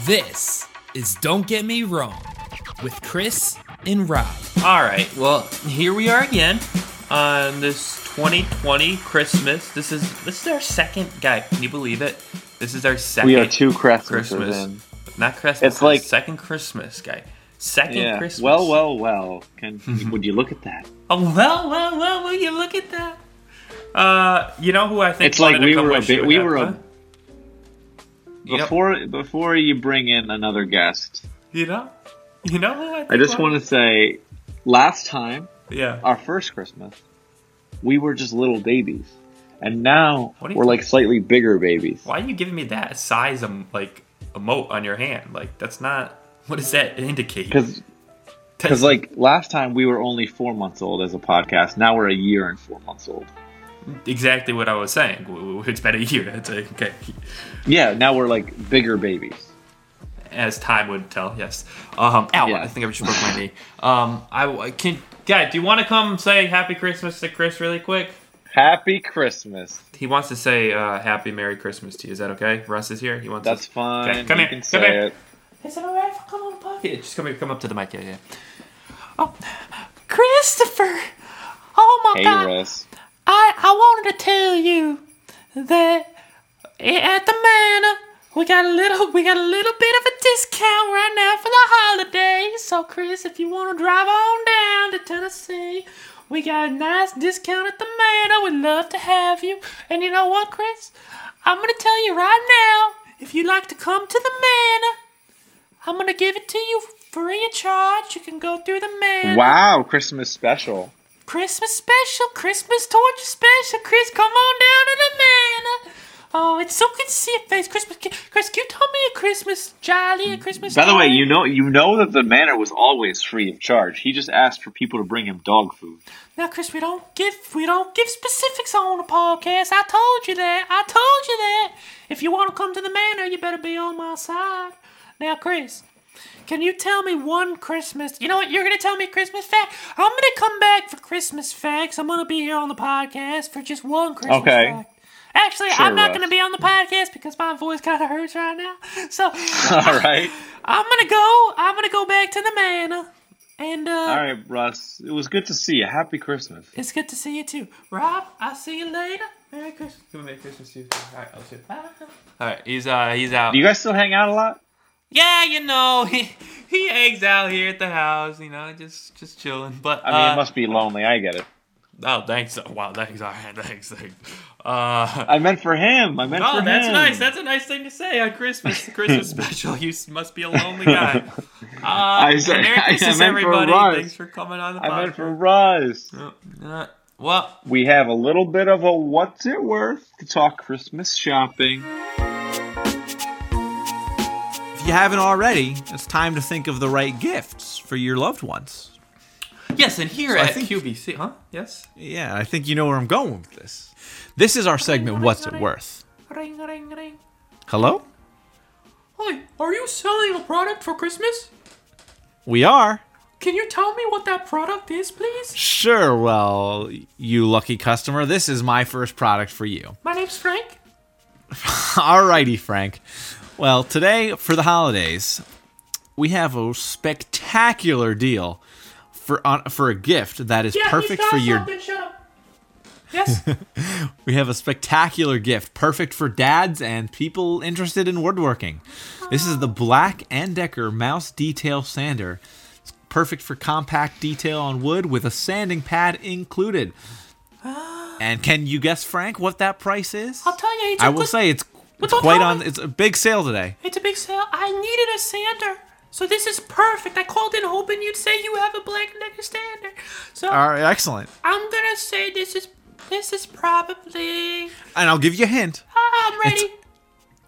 This is Don't Get Me Wrong with Chris and Rob. All right. Well, here we are again on this 2020 Christmas. This is this is our second guy. Can you believe it? This is our second. We are two Christmases Christmas. in. Not Christmas. It's like- second Christmas guy. Second Yeah. Christmas. Well, well, well. Can would you look at that? Oh well, well, well. Will you look at that? Uh, you know who I think. It's like wanted to we come were a with you bit. We at were the- a You know- before before you bring in another guest. You know. You know who I. Think I just wanted- want to say, last time Yeah. our first Christmas, we were just little babies, and now we're What do you like slightly bigger babies. Why are you giving me that size of like emote on your hand? Like that's not. What does that indicate? Because That's- like last time we were only four months old as a podcast. Now we're a year and four months old. exactly what I was saying. W- w- It's been a year. It's a, okay, Yeah, now we're like bigger babies. as time would tell. Yes. Um, ow! Yeah. I think I just broke my knee. Um, I, w- I can. Guy, do you want to come say Happy Christmas to Chris really quick? Happy Christmas. He wants to say uh, Happy Merry Christmas to you. Is that okay? Russ is here. He wants. That's to- fine. Okay, come you here, can come say here. it. Is it alright if I come on the podcast? just come here, come up to the mic, yeah, yeah. Oh, Christopher! Oh my Hey, God! Russ. I I wanted to tell you that at the manor we got a little we got a little bit of a discount right now for the holidays. So Chris, if you want to drive on down to Tennessee, we got a nice discount at the manor. We'd love to have you. And you know what, Chris? I'm gonna tell you right now, if you'd like to come to the manor, I'm gonna give it to you free of charge. You can go through the manor. Wow, Christmas special. Christmas special, Christmas torture special. Chris, come on down to the manor. Oh, it's so good to see your face, Christmas. ki- Chris, can you tell me a Christmas jolly, a Christmas? By the way, story? you know you know that the manor was always free of charge. He just asked for people to bring him dog food. now, Chris, we don't give we don't give specifics on the podcast. I told you that. I told you that. If you want to come to the manor, you better be on my side. Now, Chris, Can you tell me one Christmas? You know what? You're gonna tell me Christmas fact. I'm gonna come back for Christmas facts. I'm gonna be here on the podcast for just one Christmas Okay. fact. Actually, Sure, I'm not Russ. gonna be on the podcast because my voice kind of hurts right now. So All right. I'm gonna go. I'm gonna go back to the manor. And uh, All right, Russ. It was good to see you. Happy Christmas. it's good to see you too, Rob. I'll see you later. Merry Christmas. Give me Merry Christmas to you. All right, I'll see you. All right, he's uh, he's out. Do you guys still hang out a lot? yeah, you know, he he hangs out here at the house, you know, just just chilling. But I mean, uh, it must be lonely. I get it. Oh, thanks. Wow, thanks. All right, thanks, thanks. Uh, I meant for him. I meant oh, for that's him. nice. That's a nice thing to say on Christmas. Christmas special. You s- must be a lonely guy. Uh, I said- Merry I Christmas, meant for everybody. Russ. Thanks for coming on the podcast. I meant for Russ. Uh, well, We have a little bit of a what's it worth to talk Christmas shopping. If you haven't already, it's time to think of the right gifts for your loved ones. yes, and here I at think- QBC, huh? Yes. Yeah, I think you know where I'm going with this. This is our segment, What's It Worth? Ring, ring, ring. Hello? Hi, are you selling a product for Christmas? We are? Can you tell me what that product is, please? Sure, well, you lucky customer, this is my first product for you. My name's Frank. Alrighty, Frank. Well, today for the holidays, we have a spectacular deal for on, for a gift that is perfect for your Shut up. Yes. We have a spectacular gift, perfect for dads and people interested in woodworking. This is the Black and Decker Mouse Detail Sander. It's perfect for compact detail on wood with a sanding pad included. And can you guess, Frank, what that price is? I'll tell you, it's a I will good- say it's, it's don't quite tell on. me. It's a big sale today. It's a big sale. I needed a sander. So this is perfect. I called in hoping you'd say you have a black leather sander. So All right, excellent. I'm gonna say this is this is probably And I'll give you a hint. Ah, I'm ready.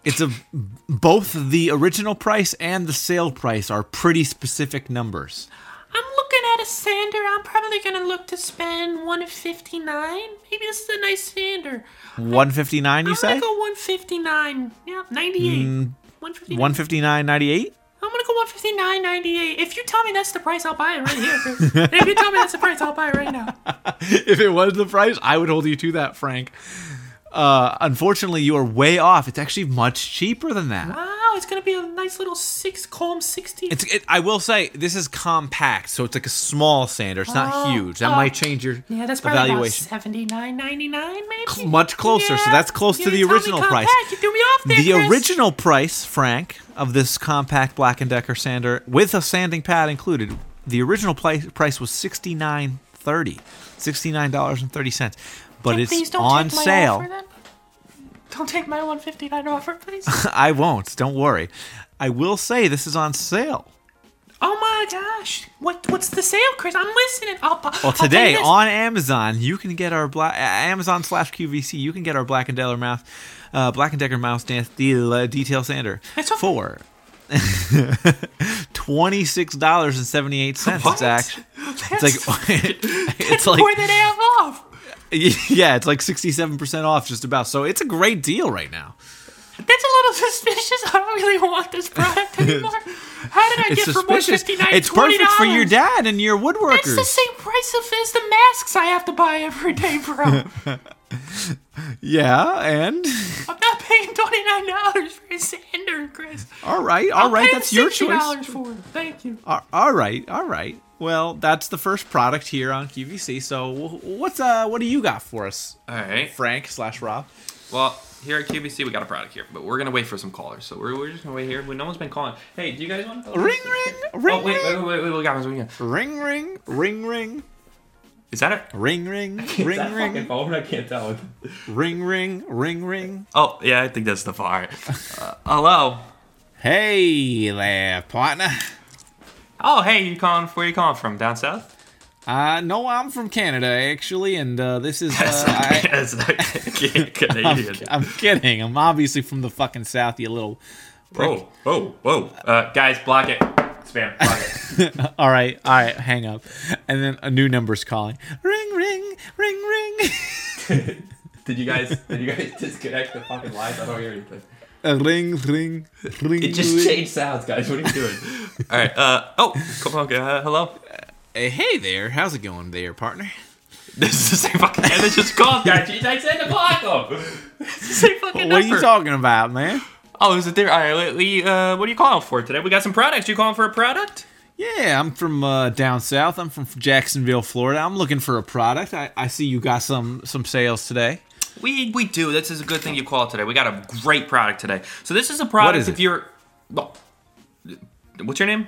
It's a both the original price and the sale price are pretty specific numbers. I'm looking at a sander. I'm probably gonna look to spend 159. Maybe this is a nice sander. 159 you I'm say? Mm, gonna go 159. Yeah, 98. 159. 159.98 I'm gonna go 159.98. If you tell me that's the price, I'll buy it right here. Chris. if you tell me that's the price, I'll buy it right now. if it was the price i would hold you to that frank uh unfortunately you are way off it's actually much cheaper than that Wow, now it's gonna be a nice little six column sixteen. It's. It, I will say this is compact, so it's like a small sander. It's not Oh, huge. That oh. might change your yeah, that's probably evaluation. about seventy nine ninety nine, maybe. Much closer, so Yeah, that's close you to the didn't tell me original price. compact, You threw me off there, The Chris. original price, Frank, of this compact Black and Decker sander with a sanding pad included, the original price price was sixty nine thirty, sixty nine dollars and thirty cents, but Please it's don't on take my sale. Offer, then. Don't take my one fifty nine offer, please. I won't. Don't worry. I will say this is on sale. oh my gosh, what what's the sale, Chris? I'm listening. I'll, bu- Well, I'll tell you today this. on Amazon, you can get our black Amazon slash QVC. You can get our Black and Decker mouse, uh, Black and Decker mouse dance de- detail sander It's okay. for twenty six dollars and seventy eight cents. It's What? act- It's That's- like it's that's like more than half off. yeah, it's like sixty seven percent off just about. So it's a great deal right now. That's a little suspicious. I don't really want this product anymore. How did I It's get for one suspicious. fifty nine? It's perfect for your dad and your That's woodworkers. the same price of- as the masks I have to buy every day, bro. I'm yeah, and not paying twenty nine dollars for a sander, Chris. all right, all right, Paying that's your choice. $60 for it. Thank you. Ar- all right, all right. Well, that's the first product here on QVC. So wh- what's uh what do you got for us, All right. Frank slash Rob? Well, here at QVC, we got a product here, but we're gonna wait for some callers. So we're, we're just gonna wait here. Well, No one's been calling. Hey, do you guys want? Ring ring ring Oh wait, wait, wait, wait, wait, we got one. We got one. ring ring ring ring Is that a ring ring is that ring a ring fucking phone? I can't tell. ring ring ring ring. Oh yeah, I think that's the phone. All right. Uh, hello. Hey there, partner. Oh hey, you calling? Where you calling from? Down south? Uh, no, I'm from Canada actually, and uh, this is uh, That's not- I, that's not Canadian. I'm kidding. I'm obviously from the fucking south, you little. Whoa, whoa, whoa! Uh, guys, block it. Spam. Block it. All right, all right, hang up, and then a new number's calling. Ring ring ring ring. Did you guys? Did you guys disconnect the fucking lines? I don't hear anything. A ring, ring, ring. It just changed sounds, guys. What are you doing? All right. Uh oh. Come on. Uh, hello. Hey, hey there, how's it going there, partner? This is the same fucking. And they just called, guys. I said to block them. It's the same fucking What are number. you talking about, man? Oh, is it there? All right. Lee, uh, what are you calling for today? We got some products. You calling for a product? Yeah, I'm from uh, down south. I'm from Jacksonville, Florida. I'm looking for a product. I, I see you got some some sales today. We we do. This is a good thing you called today. We got a great product today. So this is a product. is if it? you're, well, what's your name?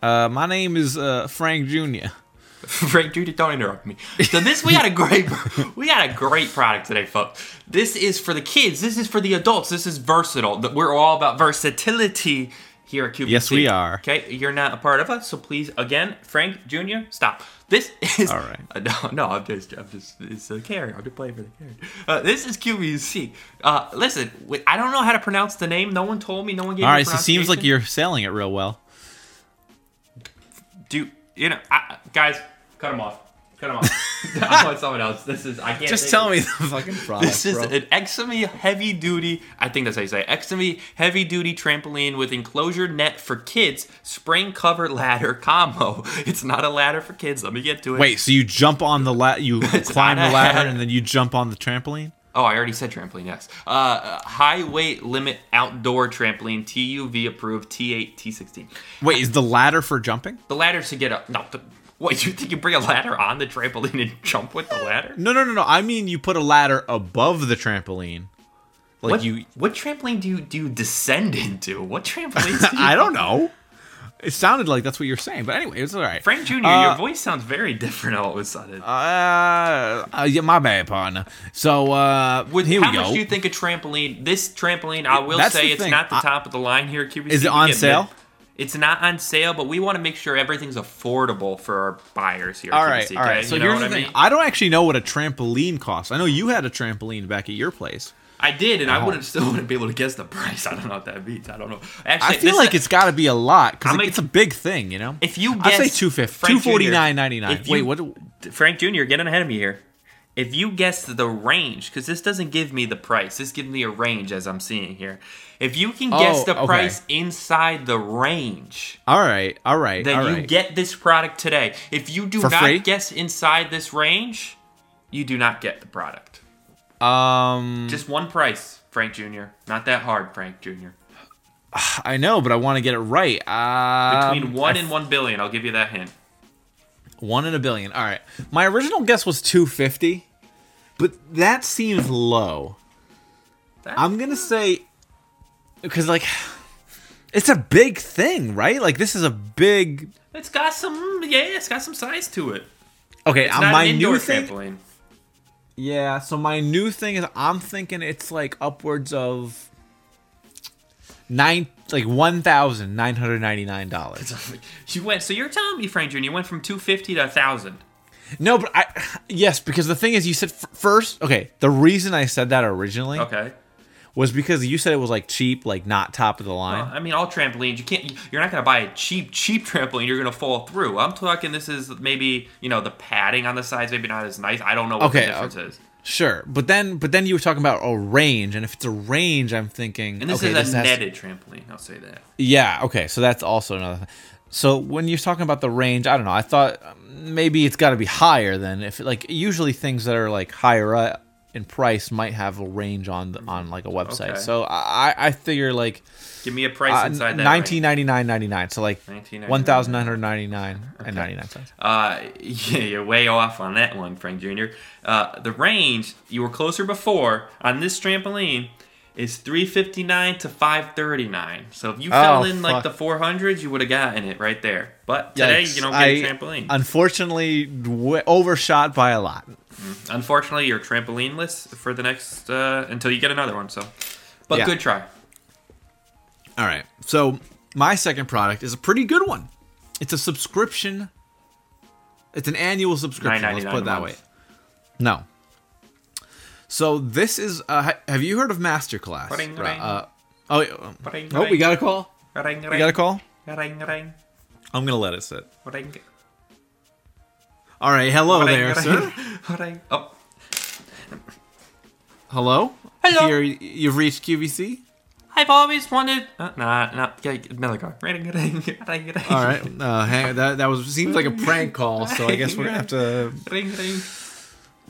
Uh, my name is uh, Frank Jr. Frank, dude, don't interrupt me. So this we got a great we got a great product today, folks. This is for the kids. This is for the adults. This is versatile. That We're all about versatility here at QVC. Yes, we are. Okay, you're not a part of us, so please, again, Frank Jr., stop. This is All right. Uh, no, no, I'm just, I'm just, it's a carry. I'm just playing for the carry. Uh, this is QVC. Uh, listen, wait, I don't know how to pronounce the name. No one told me. No one gave All me. right, a so it seems like pronunciation. you're selling it real well. Do you know, I, guys? Cut him off. Cut him off. I want someone else. This is I can't. Just take tell it. me the fucking product, This is an Exami heavy duty. I think that's how you say it, Exami heavy duty trampoline with enclosure net for kids, spring cover ladder combo. It's not a ladder for kids. Let me get to it. Wait, so you jump on the la- you climb not the a- ladder and then you jump on the trampoline? Oh, I already said trampoline. Yes. Uh, high weight limit outdoor trampoline, TUV approved, T8, T16. Wait, is the ladder for jumping? The ladder's to get up. No, the, what you think you bring a ladder on the trampoline and jump with the ladder? No, no, no, no. I mean, you put a ladder above the trampoline. Like What you What trampoline do you do you descend into? What trampoline? Do you, I don't know. It sounded like that's what you're saying, but anyway, it's all right. Frank Jr., Uh, your voice sounds very different all of a sudden. Uh, uh, yeah, my bad, partner. So uh, Would, here how we much go. do you think a trampoline? This trampoline, I will that's say, the it's thing. not the I- top of the line here. at QVC. Is We it on get sale? mid- It's not on sale, but we want to make sure everything's affordable for our buyers here. at all right, QVC, all right. okay? So You know here's what the I thing. mean? I don't actually know what a trampoline costs. I know you had a trampoline back at your place. I did, and Uh-huh. I wouldn't still wouldn't be able to guess the price. I don't know what that means. I don't know. Actually, I feel this- like it's got to be a lot because I'm like, a- it's a big thing, you know. If you I say guessed two fifty, two Frank Jr., forty nine ninety nine. if you- Wait, what? do- Frank Jr., getting ahead of me here. If you guess the range, because this doesn't give me the price, this gives me a range as I'm seeing here. If you can guess Oh, the okay. price inside the range, All right, all right, then all you right. get this product today. If you do For not free? guess inside this range, you do not get the product. um, Just one price, Frank Jr. Not that hard, Frank Jr. I know, but I want to get it right. Uh, Between one and one billion, I'll give you that hint. one in a billion. All right. My original guess was 250, but that seems low. That- I'm going to say because like it's a big thing, right? Like this is a big It's got some, yeah, it's got some size to it. Okay, uh, It's not my an indoor new thing. trampoline. Yeah, so my new thing is I'm thinking it's like upwards of nine like $1,999. You went, so you're telling me, Franger, you went from 250 to 1,000. No, but I yes, because the thing is, you said f- first. Okay, the reason I said that originally Okay. was because you said it was like cheap, like not top of the line. I mean, all trampolines, you can't, you're not going to buy a cheap, cheap trampoline. You're going to fall through. I'm talking, this is maybe, you know, the padding on the sides, maybe not as nice. I don't know what Okay, uh, the difference is. sure, but then but then you were talking about a range, and if it's a range, I'm thinking And this okay, is a has to- netted trampoline. I'll say that. yeah, okay, so that's also another. thing. So when you're talking about the range, I don't know. I thought um, maybe it's got to be higher than if like usually things that are like higher up in price might have a range on the, on like a website. Okay. So I I figure like Give me a price Uh, inside that. range. 1999.99 so like 1999. 1999 and 99 cents Uh, yeah, you're way off on that one, Frank Jr. Uh, the range you were closer before on this trampoline is 359 to 539. So if you fell in like Oh, fuck. the 400s, you would have gotten it right there. But today you don't get a trampoline. unfortunately w- overshot by a lot Unfortunately, you're trampolineless for the next uh, until you get another one. So, but Yeah. good try. all right so my second product is a pretty good one it's a subscription it's an annual subscription let's $9.99 put it that a way month. no so this is uh, ha- have you heard of masterclass Ring, Ra- ring. uh, oh, yeah, um, Ring, oh we ring. got a call Ring, ring, we got a call Ring, ring, i'm gonna let it sit ring, all right hello ring, there sir ring. Oh, Hello? Hello. Here, you've reached QVC? I've always wanted. Uh, nah, nah. Yeah, another card. Ring, ring, ring, ring. All right. Uh, hang, that that was seems like a prank call, so I guess we're gonna have to. Ring, ring.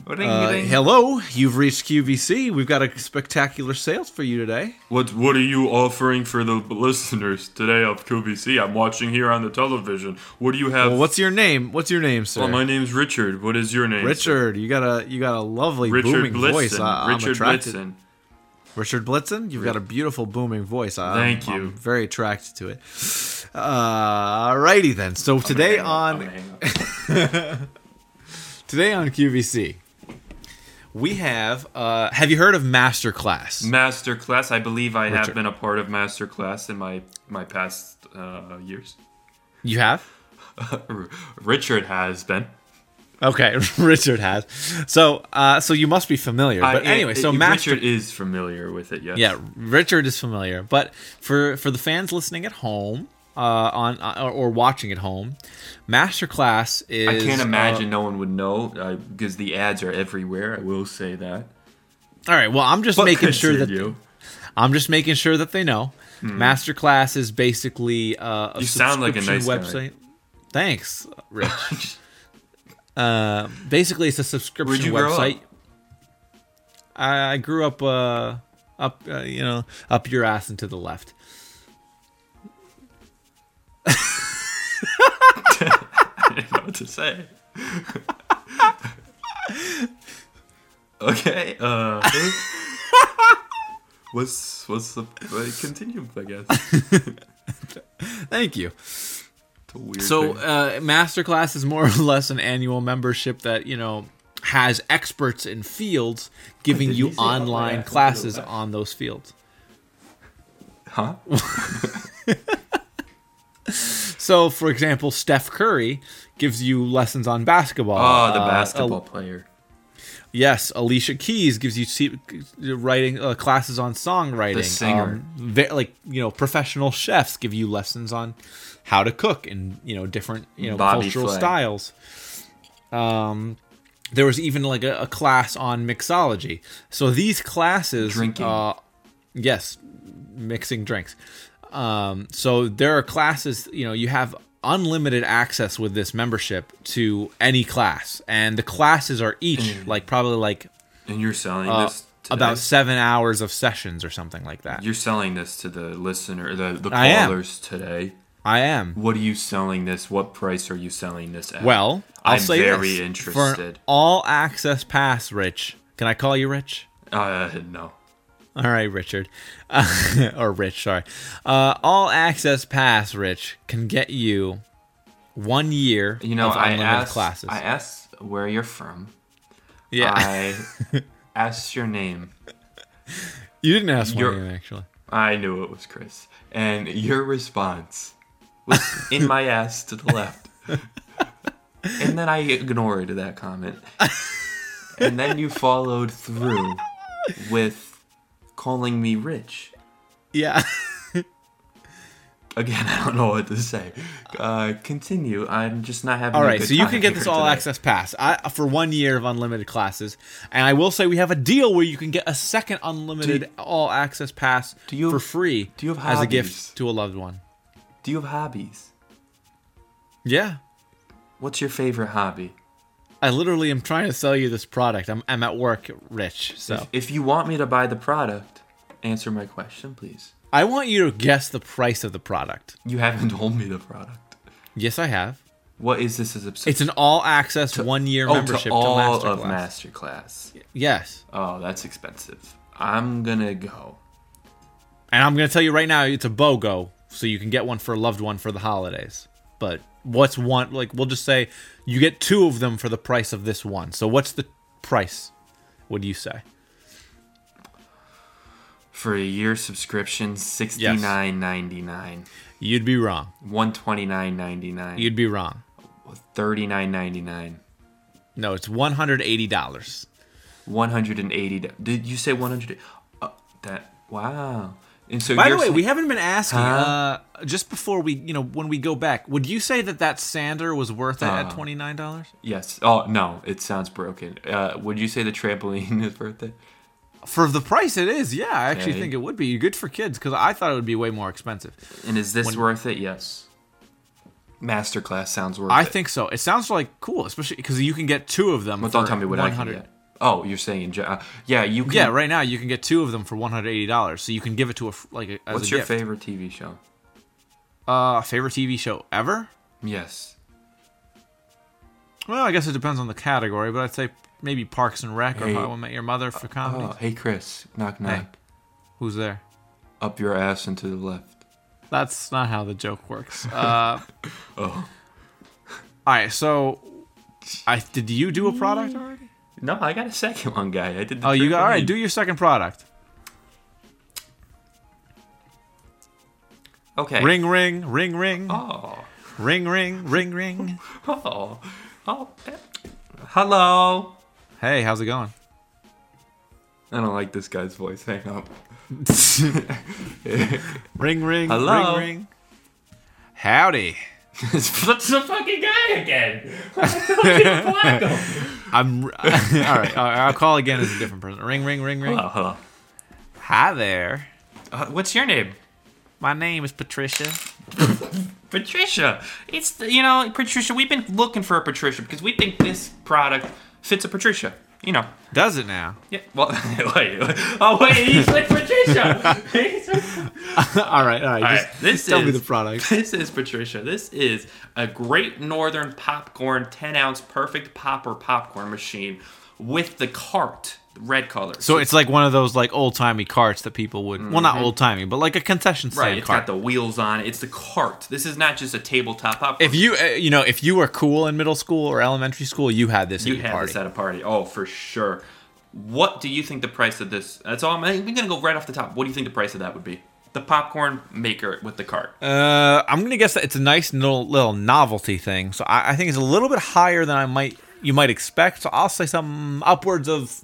Ring, Uh, ring. hello, you've reached QVC. We've got a spectacular sales for you today. What What are you offering for the listeners today of QVC? I'm watching here on the television. What do you have? Well, what's your name? What's your name, sir? name's Richard. What is your name? Richard. You got a you got a lovely booming voice. I, I'm attracted. Richard Blitzen, you've got a beautiful booming voice. I, Thank I'm you. very attracted to it. Uh, alrighty then. So today on Today on QVC, we have. Uh, have you heard of Masterclass? Masterclass. I believe I Richard. have been a part of Masterclass in my my past uh, years. You have? R- Richard has been. Okay, Richard has. So, uh, so you must be familiar. But I- anyway, it- so it- Master. Richard is familiar with it. Yes. Yeah, Richard is familiar. But for for the fans listening at home, uh, on or, or watching at home, Masterclass is. I can't uh, imagine no one would know because the ads are everywhere. I will say that. all right. Well, I'm just But making sure that continue. I'm just making sure that they know. Masterclass is basically uh, a Hmm. You sound like a subscription nice guy. website. Thanks, Rich. uh, basically, it's a subscription Where'd you grow website. up? I, I grew up uh, up, uh, you know, up your ass and to the left. I don't know what to say. okay. Uh, what's what's the uh, continue? I guess. It's Thank you. a weird So, thing. uh, Masterclass is more or less an annual membership that you know has experts in fields giving did you he say up my ass online and to the classes left? on those fields. huh? uh, So, for example, Steph Curry gives you lessons on basketball. Oh, Ah, the Uh, basketball Al- player. yes, Alicia Keys gives you se- writing uh, classes on songwriting. Um, The singer. ve- like you know, professional chefs give you lessons on how to cook and you know different you know Bobby cultural Flay. styles. Um, there was even like a, a class on mixology. So these classes, Drinking. uh, yes, mixing drinks. Um, so there are classes, you know, you have unlimited access with this membership to any class, and the classes are each like probably like And you're selling this Mm. today. Uh, about seven hours of sessions or something like that. You're selling this to the listener, the, the I am. callers today. I am. What are you selling this? What price are you selling this at? Well, I'll I'm say very this. For an interested. all access pass, Rich. Can I call you Rich? uh, no. All right, Richard. Uh, or Rich, sorry. Uh, all access pass, Rich, can get you one year You know, of I unlimited asked. classes. I asked where you're from. yeah. I asked your name. you didn't ask my You're- name, actually. I knew it was Chris, and your response was in my ass to the left. And then I ignored that comment. And then you followed through with calling me rich. Yeah. Again, I don't know what to say. Uh, continue. I'm just not having. All a right, good so you time can get here this all today. access pass I, for one year of unlimited classes, and I will say we have a deal where you can get a second unlimited all access pass Do you- for free do you have as a hobbies? gift to a loved one. Do you have hobbies? Yeah, What's your favorite hobby? I literally am trying to sell you this product. I'm, I'm at work, Rich. So If you want me to buy the product, answer my question, please. I want you to guess the price of the product. You haven't told me the product. Yes, I have. What is this as obsession? It's an all access one year Oh, membership to, all Masterclass. of Masterclass. yes, Oh, that's expensive. I'm gonna go. and I'm gonna tell you right now, it's a BOGO, so you can get one for a loved one for the holidays. But what's one like? We'll just say you get two of them for the price of this one. So what's the price? What do you say? For a year subscription, sixty nine ninety nine, You'd be wrong. one twenty nine ninety nine, You'd be wrong. thirty nine ninety nine, No, it's one hundred eighty dollars. one hundred and eighty. Did you say one hundred? Uh, that wow. And so By the you're way, saying- we haven't been asking. Huh? Uh, just before we, you know, when we go back, would you say that that sander was worth it at Uh. twenty nine dollars? yes. Oh no, it sounds broken. Uh, would you say the trampoline is worth it? For the price it is, yeah, I actually Okay. think it would be good for kids because I thought it would be way more expensive. And is this worth it? Yes. Masterclass sounds worth I it. think so. It sounds like cool, especially because you can get two of them. Well, for don't tell me what I can 100 get. Oh, you're saying in ge- uh, yeah, you can. Yeah, right now you can get two of them for one hundred eighty dollars. So you can give it to a f- like a, as What's a your gift. favorite TV show? uh, favorite TV show ever? Yes. Well, I guess it depends on the category, but I'd say maybe Parks and Rec or Hey. How I Met Your Mother for comedy. Oh, hey Chris, knock knock. Who's there? Up your ass and to the left. That's not how the joke works. Uh, all Oh. right, so I did you do a product already? No, I got a second one, guy. I did. The Oh, you trampoline. got all right. Do your second product. okay. Ring, ring, ring, ring, Oh, ring, ring, ring, ring. oh, oh. Hello. Hey, how's it going? I don't like this guy's voice. Hang up. Ring, ring, ring, Hello? ring. Howdy. That's the fucking guy again. I'm all right. All right I'll call again as a different person. Ring, ring, ring, ring. Hello, hello. Hi there. Uh, what's your name? My name is Patricia. Patricia. It's the, you know Patricia. We've been looking for a Patricia because we think this product fits a Patricia. You know. Does it now? Yeah. Well. wait. Oh wait. He's with Patricia. He's with- all right, all right. All just, right, this just tell me is- the product. This is Patricia. This is a Great Northern Popcorn 10 ounce perfect popper popcorn machine with the cart, the red color. So it's like one of those like old timey carts that people would well not old timey, but like a concession stand Mm-hmm. right. It's cart. got the wheels on. it. It's the cart. This is not just a tabletop popcorn. if you uh, you know if you were cool in middle school or elementary school, you had this you at your had party. this at a party, oh for sure. What do you think the price of this? That's all. I'm, I'm gonna go right off the top. What do you think the price of that would be? The popcorn maker with the cart. uh, I'm gonna guess that it's a nice little, little novelty thing. So I, I think it's a little bit higher than I might you might expect. So I'll say something upwards of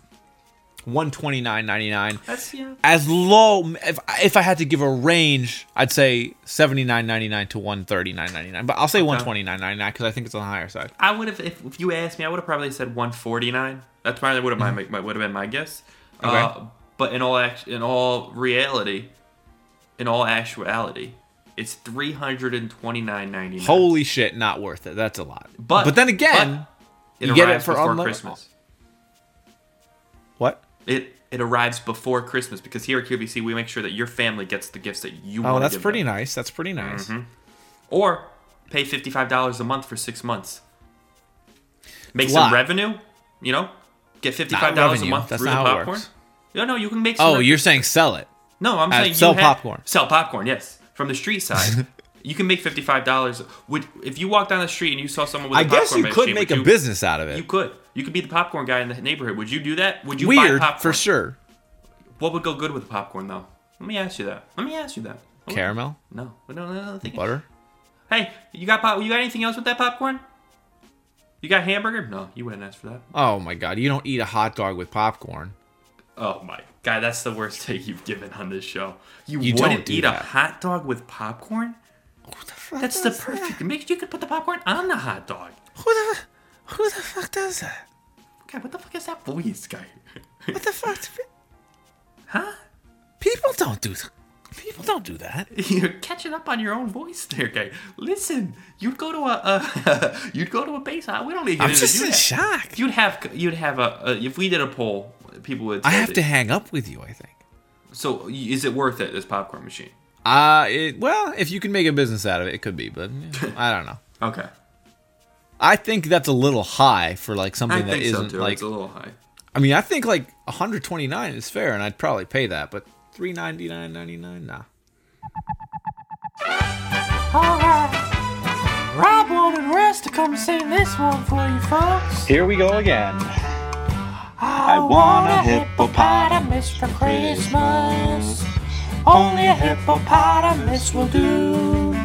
one twenty nine ninety nine. That's yeah. As low if if I had to give a range, I'd say seventy nine ninety nine to one thirty nine ninety nine. But I'll say one twenty nine ninety nine because I think it's on the higher side. I would have if, if you asked me, I would have probably said 149. That's probably would have my, my would have been my guess. Uh, Okay. but in all act, in all reality, in all actuality, it's 329.99. Holy shit, not worth it. That's a lot. But- But but then again, but it you get it arrives for before unli- Christmas. what? It it arrives before Christmas because here at QVC we make sure that your family gets the gifts that you want. Oh, that's pretty nice. That's pretty nice. Or pay $55 a month for six months. Make It's a some lot. revenue, you know? Get $55 a revenue. month That's through the not how it popcorn. works. No, no, you can make some Oh, rev- you're saying sell it? No, I'm Uh, saying you sell had- popcorn. Sell popcorn, yes. From the street side, you can make fifty five dollars. Would if you walked down the street and you saw someone with a I guess popcorn you could machine, make would a you- business out of it. You could. You could be the popcorn guy in the neighborhood. Would you do that? Would you Weird buy popcorn? for sure. What would go good with popcorn though? Let me ask you that. Let me ask you that. What would- Caramel, No, no, no, no, no, thank you. butter. Hey, you got pop? You got anything else with that popcorn? You got hamburger? No, you wouldn't ask for that. Oh my god, you don't eat a hot dog with popcorn. Oh my god, that's the worst take you've given on this show. You, You wouldn't don't do eat that. a hot dog with popcorn? That's the perfect mix. You could put the popcorn on the hot dog. Who the who the fuck does that? God, what the fuck is that voice, guy? What the fuck? huh? People don't do that. People don't do that. You're catching up on your own voice there, guy. Listen, you'd go to a, a you'd go to a base. We don't even. I'm need to just do in that. shock. You'd have you'd have a, a if we did a poll, people would. I say have that- to hang up with you. I think. So is it worth it? This popcorn machine. Uh, it, well, if you can make a business out of it, it could be, but yeah, I don't know. Okay, I think that's a little high for like I something that think so isn't too. like. it's a little high. I mean, I think like 129 is fair, and I'd probably pay that, but 399.99, nah. Alright. Rob wanted Russ to come sing this one for you folks. Here we go again. I, want a hippopotamus for Christmas. Only a hippopotamus will do.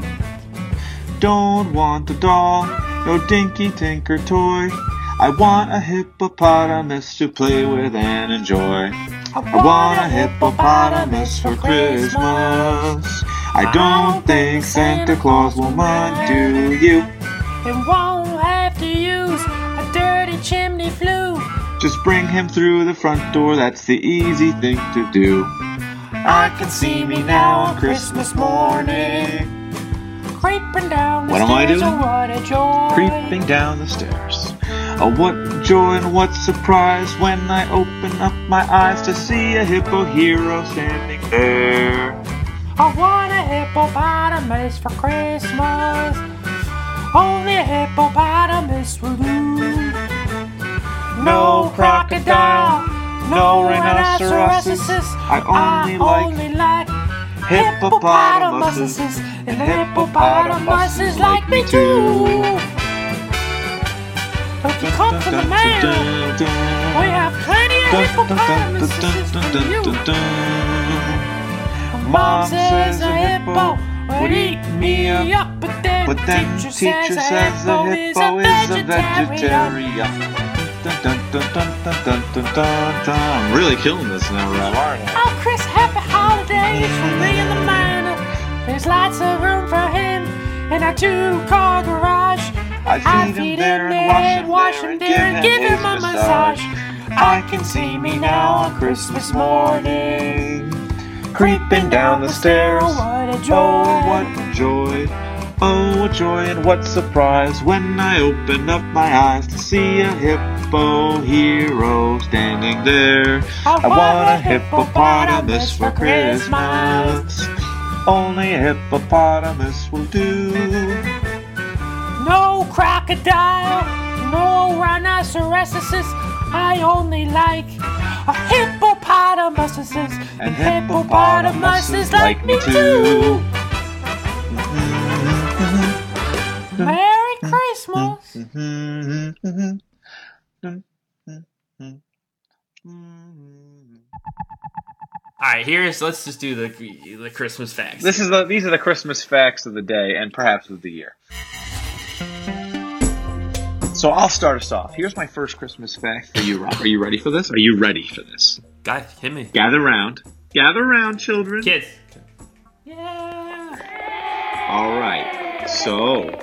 Don't want a doll, no dinky tinker toy. I want a hippopotamus to play with and enjoy. I want a hippopotamus for Christmas. I don't think Santa Claus will mind, do you? It won't have to use a dirty chimney flue. Just bring him through the front door, that's the easy thing to do. I can see me now on Christmas morning, Creeping down the What am I stairs, doing? oh, what a joy. creeping down the stairs. Oh, what joy and what surprise when I open up my eyes to see a hippo hero standing there. I want a hippopotamus for Christmas. Only a hippopotamus will do. No crocodile, no rhinoceroses. I only like like hippopotamuses, And and hippopotamuses like me too. If you come from the man, we have plenty of hippopotamuses for you. Mom says a hippo would eat me up, but then, But then teacher, teacher says the hippo is a vegetarian. Dun, dun, dun, dun, dun, dun, dun, dun, dun. I'm really killing this now, Rob. aren't I? Oh, Chris, happy holidays from me and the minor. There's lots of room for him in our two-car garage. I feed him there and wash him there and give him a massage. I can see me now on Christmas morning, creeping down the stairs. Oh, what a joy. Oh, what joy! Oh, what joy and what surprise when I open up my eyes to see a hippo hero standing there. I want a hippopotamus for Christmas. Only a hippopotamus will do. No crocodile, no rhinoceroses. I only like a hippopotamuses. And hippopotamuses like me too. Merry Christmas. All right, here's let's just do the the Christmas facts. This is the these are the Christmas facts of the day and perhaps of the year. So I'll start us off. Here's my first Christmas fact for you, Rob. Are you ready for this? Are you ready for this? God, hit me, Gather round. Gather round, children. kids. Yeah. All right. So,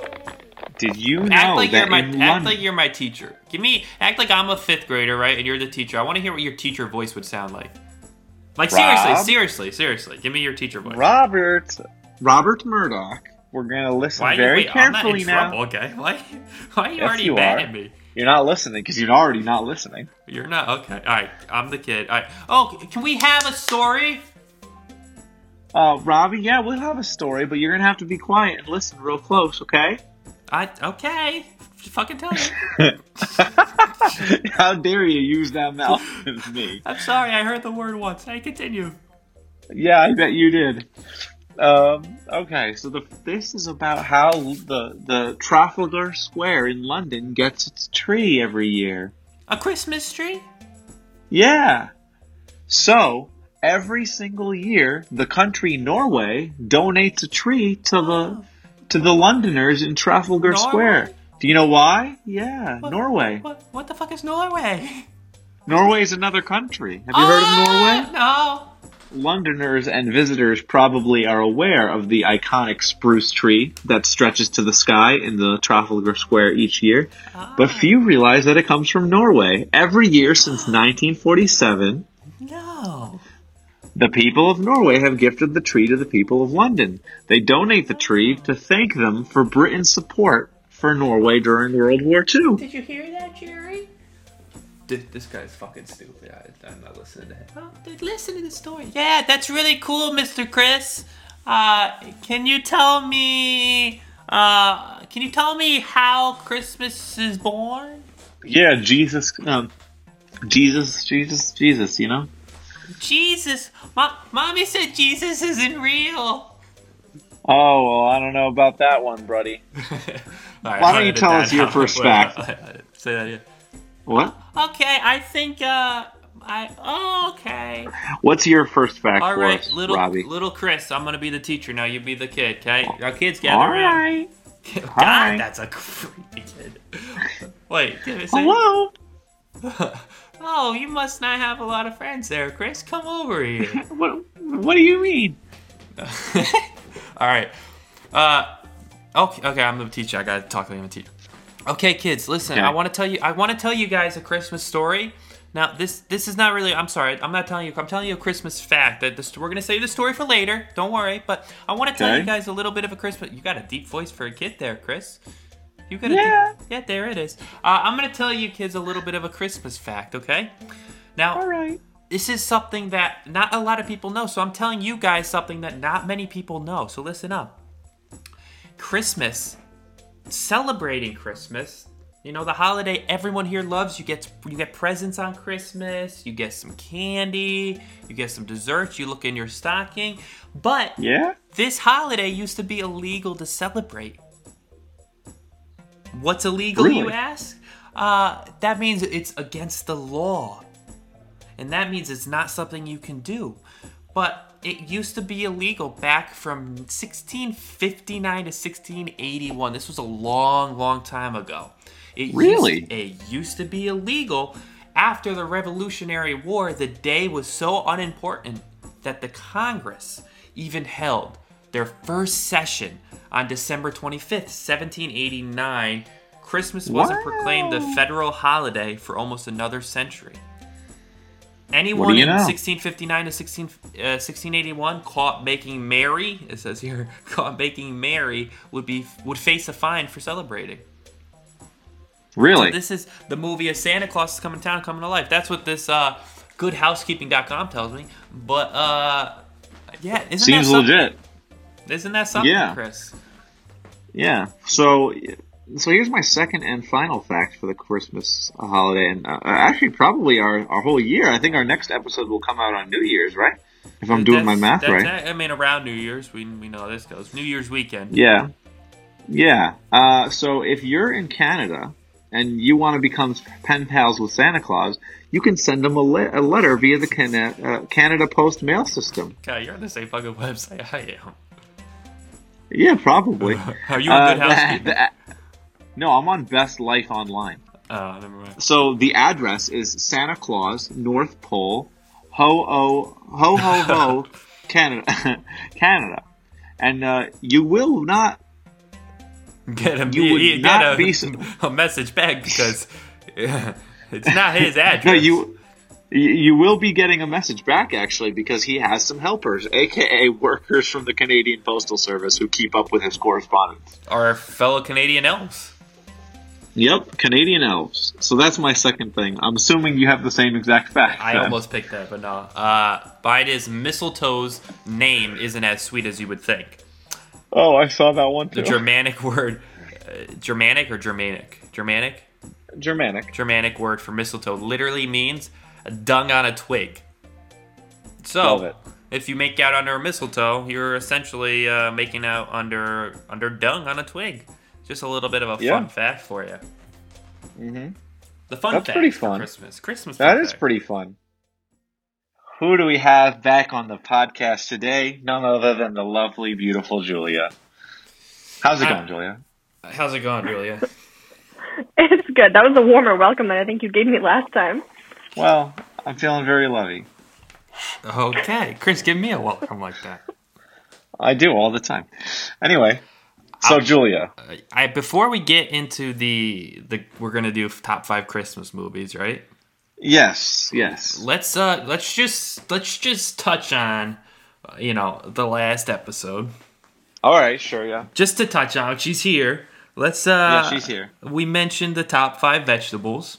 did you know Act like that you're my in act London, like you're my teacher. Give me act like I'm a fifth grader, right? And you're the teacher. I want to hear what your teacher voice would sound like. Like Rob? seriously, seriously, seriously. Give me your teacher voice. Robert Robert Murdoch? We're gonna listen Why are you very wait, I'm not carefully in now. trouble, okay? Why why are you Yes, already you mad are. at me? You're not listening because you're already not listening. You're not okay. All right, I'm the kid. All right. Oh, c- can we have a story? Uh, Robbie, yeah, we'll have a story, but you're gonna have to be quiet and listen real close, okay? I okay. Fucking tell me. How dare you use that mouth with me? I'm sorry. I heard the word once. I continue. Yeah, I bet you did. Um, okay, so the, this is about how the the Trafalgar Square in London gets its tree every year. A Christmas tree? Yeah. So every single year, the country Norway donates a tree to the to the Londoners in Trafalgar Oh. Norway? Square. Do you know why? Yeah, What- Norway. What? What the fuck is Norway? Norway is another country. Have you heard of Norway? Ah, Londoners and visitors probably are aware of the iconic spruce tree that stretches to the sky in the Trafalgar Square each year, but Ah. few realize that it comes from Norway. Every year since 1947, No. No. the people of Norway have gifted the tree to the people of London. They donate the tree to thank them for Britain's support for Norway during World War II. Did you hear that, Jerry? This, this guy's fucking stupid. I, I'm not listening to him. Oh, dude, listen to the story. Yeah, that's really cool, Mr. Chris. Uh, can you tell me? Uh, can you tell me how Christmas is born? Yeah, Jesus, um, Jesus, Jesus, Jesus, you know? Jesus, Mo- mommy said Jesus isn't real. Oh, well, I don't know about that one, buddy. Why don't you tell us your first fact? Say that. Yeah. What? Okay, I think. Uh, I oh, okay. What's your first fact All for right, us, little Robbie? little Chris, I'm gonna be the teacher now. You be the kid, okay? Our kids gather All around. right. God, Hi. that's a creepy kid. Wait, give me a second. Hello. Oh, you must not have a lot of friends there, Chris. Come over here. What? What do you mean? All right. Uh, okay, okay. I'm the teacher. I gotta talk like I'm a teacher. Okay, kids, listen. Okay. I want to tell you. I want to tell you guys a Christmas story. Now, this this is not really. I'm sorry. I'm not telling you. I'm telling you a Christmas fact. That this, we're gonna save the story for later. Don't worry. But I want to tell Okay. you guys a little bit of a Christmas. You got a deep voice for a kid there, Chris. You got a Yeah. Deep, yeah. There it is. Uh, I'm gonna tell you kids a little bit of a Christmas fact. Okay. Now, All right. this is something that not a lot of people know. So I'm telling you guys something that not many people know. So listen up. Christmas, celebrating Christmas. You know the holiday everyone here loves. You get you get presents on Christmas. You get some candy. You get some desserts. You look in your stocking. But Yeah. this holiday used to be illegal to celebrate. What's illegal, you Really? ask? Uh, that means it's against the law. And that means it's not something you can do. But it used to be illegal back from 1659 to 1681. This was a long, long time ago. It Really? Used, it used to be illegal. After the Revolutionary War, the day was so unimportant that the Congress even held their first session on December 25th, 1789. Christmas wasn't Wow. proclaimed a federal holiday for almost another century. Anyone you in know? 1659 to 16, uh, 1681 caught making Mary, it says here, caught making Mary would be would face a fine for celebrating. Really? This is the movie of Santa Claus is coming to town, coming to life. That's what this uh, goodhousekeeping.com tells me. But uh, yeah, isn't Seems that something? legit. Isn't that something, Yeah. Chris? Yeah. So, so here's my second and final fact for the Christmas holiday, and uh, actually probably our our whole year. I think our next episode will come out on New Year's, right? If I'm doing my That's- math right. that's- I mean, around New Year's, we we know how this goes. New Year's weekend. Yeah. Yeah. Uh, so if you're in Canada and you want to become pen pals with Santa Claus, you can send him a, le- a letter via the Can- uh, Canada Post mail system. God, you're on the same fucking website I am. Yeah, probably. Are you a good Uh, housekeeper? the- the- no, I'm on Best Life Online. Oh, never mind. So the address is Santa Claus, North Pole, ho ho ho ho ho, Canada, Canada, and uh, you will not Get him. You would get not a, be so- a message back because it's not his address. No, you you- you will be getting a message back actually because he has some helpers, aka workers from the Canadian Postal Service who keep up with his correspondence. Our fellow Canadian elves. Yep, Canadian elves. So that's my second thing. I'm assuming you have the same exact fact. I then. almost picked that, but no. Uh, Biden's mistletoe's name isn't as sweet as you would think. Oh, I saw that one too. The Germanic word, uh, Germanic or Germanic? Germanic? Germanic. Germanic word for mistletoe literally means dung on a twig. Love So, it. if you make out under a mistletoe, you're essentially uh, making out under under dung on a twig. Just a little bit of a Yeah. fun fact for you. hmm The fun That's fact pretty for fun. Christmas. Christmas. That fun is fact. pretty fun. Who do we have back on the podcast today? None other than the lovely, beautiful Julia. How's it Hi. going, Julia? How's it going, Julia? It's good. That was a warmer welcome than I think you gave me last time. Well, I'm feeling very lovey. okay, Chris, give me a welcome like that. I do all the time. Anyway, so Julia, I before we get into the the we're gonna do top five Christmas movies, right? yes, yes, Let's uh let's just let's just touch on uh, you know the last episode all right, sure, yeah, just to touch on. She's here. Let's uh yeah, she's here, We mentioned the top five vegetables,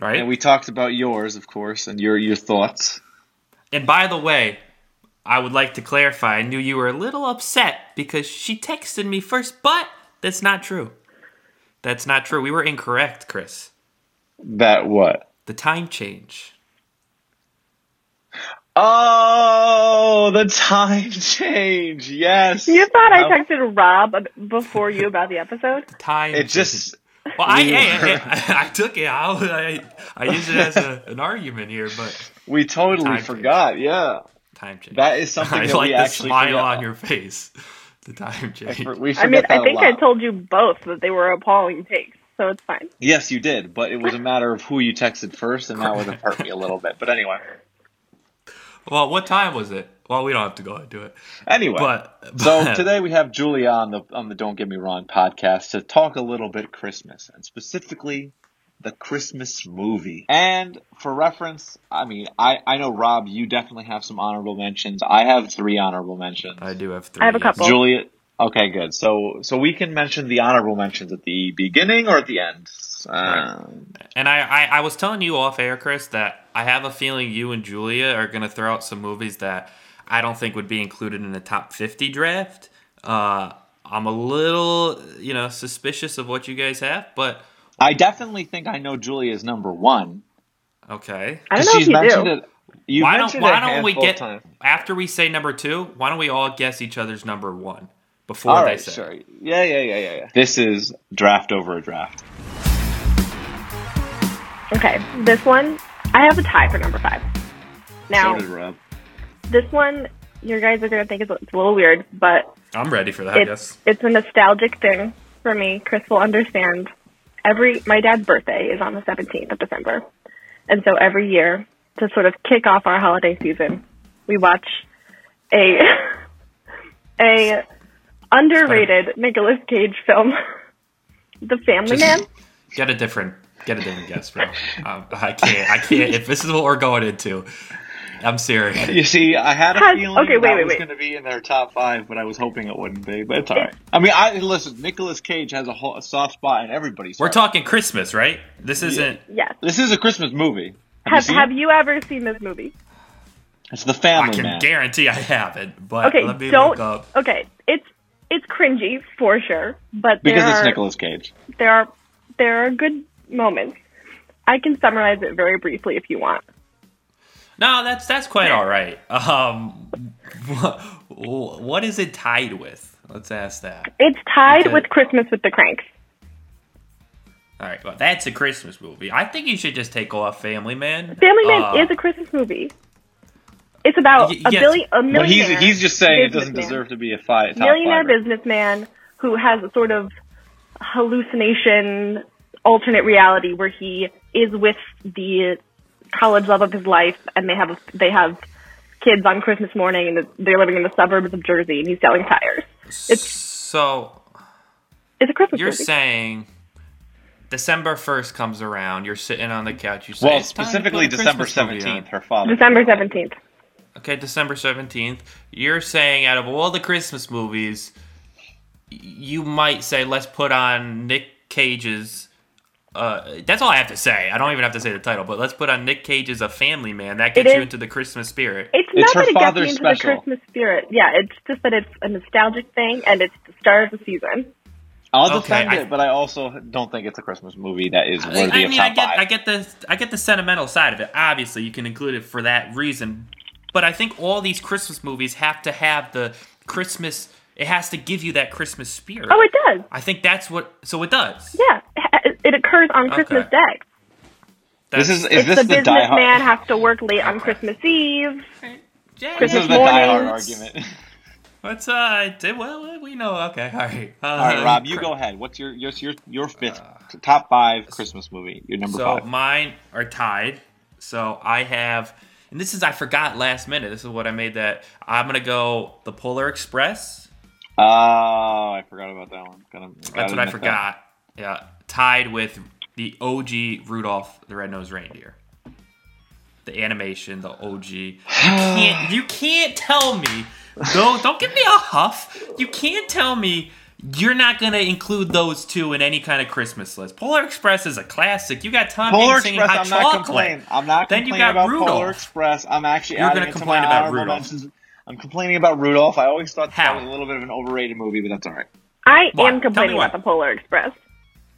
right? and we talked about yours, of course, and your your thoughts. And by the way, I would like to clarify. I knew you were a little upset because she texted me first, but that's not true. That's not true. We were incorrect, Chris. That what? The time change. Oh, the time change. Yes, You thought I Oh. texted Rob ab- before you about the episode? Time. it just Well, I, We hey, were- I, I, I took it. I, I, I used it as a, an argument here, but we Time totally change. forgot. Yeah. time change. That is something I that like we the actually smile forget. on your face. The time change. We I forget mean, that I a think lot. I told you both that they were appalling takes, so it's fine. yes, you did, but it was a matter of who you texted first, and that would have hurt me a little bit. But anyway, Well, what time was it? Well, we don't have to go into it. anyway. But, so but- today we have Julia on the on the Don't Get Me Wrong podcast to talk a little bit Christmas and specifically the Christmas movie. And for reference, I mean, I I know Rob, you definitely have some honorable mentions. I have three honorable mentions. I do have three. I have a yes. couple. Julia. Okay, good. So so we can mention the honorable mentions at the beginning or at the end. Um, And I, I, I was telling you off air, Chris, that I have a feeling you and Julia are going to throw out some movies that I don't think would be included in the top 50 draft. Uh, I'm a little, you know, suspicious of what you guys have, but I definitely think I know Julia's number one. okay. I don't know if she's you mentioned do. it. You why don't mentioned Why it a don't we handful of get times. after we say number two? Why don't we all guess each other's number one before All they right, say? sure. Yeah, yeah, yeah, yeah, yeah. This is draft over a draft. Okay, this one, I have a tie for number five. Now, So did Rob. this one, your guys are going to think it's a it's a little weird, but I'm ready for that. it's, Yes. it's a nostalgic thing for me. Chris will understand. Every my dad's birthday is on the 17th of December, and so every year to sort of kick off our holiday season, we watch a a underrated Nicolas Cage film, The Family Just- Man. Get a different. Get a different guess, bro. Um, I can't. I can't. If this is what we're going into, I'm serious. You see, I had a Has- feeling okay, wait, that wait, was wait. going to be in their top five, but I was hoping it wouldn't be. But it's all right. I mean, I listen. Nicolas Cage has a, whole, a soft spot in everybody's. We're heart. talking Christmas, right? This isn't. Yes. This is a Christmas movie. Have, you Have seen Have it? you ever seen this movie? It's the I Family can Man. guarantee I haven't. But Okay, let me don't. look up. Okay, it's it's cringy for sure, but there because are, it's Nicolas Cage. there are there are good moments. I can summarize it very briefly if you want. No, that's that's quite all right. Um, what, what is it tied with? Let's ask that. It's tied Okay. with Christmas with the Cranks. All right, well, that's a Christmas movie. I think you should just take off Family Man. Family Man Uh, is a Christmas movie. It's about Y- a yes, billion a But he's millionaire. he's just saying it doesn't businessman. deserve to be a five. Top millionaire five. businessman who has a sort of hallucination alternate reality where he is with the college love of his life and they have they have kids on christmas morning and they're living in the suburbs of jersey and he's selling tires it's so it's a christmas you're movie saying December first comes around. You're sitting on the couch. You say Well, "It's time to specifically put a December Christmas movie on." seventeenth, her father. december 17th Okay, December 17th. You're saying out of all the Christmas movies, y- you might say let's put on Nick Cage's Uh, that's all I have to say. I don't even have to say the title, but let's put on Nick Cage as a family man. That It gets you is- into the Christmas spirit. It's, It's not her that it gets me father's into special. the Christmas spirit. Yeah, it's just that it's a nostalgic thing and it's the star of the season. I'll Okay, defend I- it, but I also don't think it's a Christmas movie that is worthy I, I of mean, top I get, five. I get the, I get the sentimental side of it. Obviously, you can include it for that reason, but I think all these Christmas movies have to have the Christmas. It has to give you that Christmas spirit. Oh, it does. I think that's what. So it does. Yeah, It- it occurs on Christmas Day. That's- this is It's is this the, the Die Hard? businessman has to work late on Christmas Eve. yeah, this yeah. is the Die Hard mornings. argument. What's uh? Did, well, we know. Okay, all right. Uh, All right, Rob, you go ahead. What's your your your, your fifth top five Christmas movie? Your number So five. mine are tied. So I have, and this is I forgot last minute. This is what I made that. I'm gonna go the Polar Express. Oh, I forgot about that one. Gotta- That's gotta what I admit forgot. Yeah, tied with the OG Rudolph the Red-Nosed Reindeer. The animation, the OG. You can't, you can't tell me. No, don't give me a huff. You can't tell me you're not gonna include those two in any kind of Christmas list. Polar Express is a classic. You got Tom Polar Hanks singing Express. hot I'm not chocolate. complaining. I'm not Then you complaining got about Polar Rudolph. Express. I'm actually You're adding gonna it to complain my about honorable Rudolph. mentions. I'm complaining about Rudolph. I always thought How? that was a little bit of an overrated movie, but that's all right. I Why? Tell me am complaining why. about the Polar Express.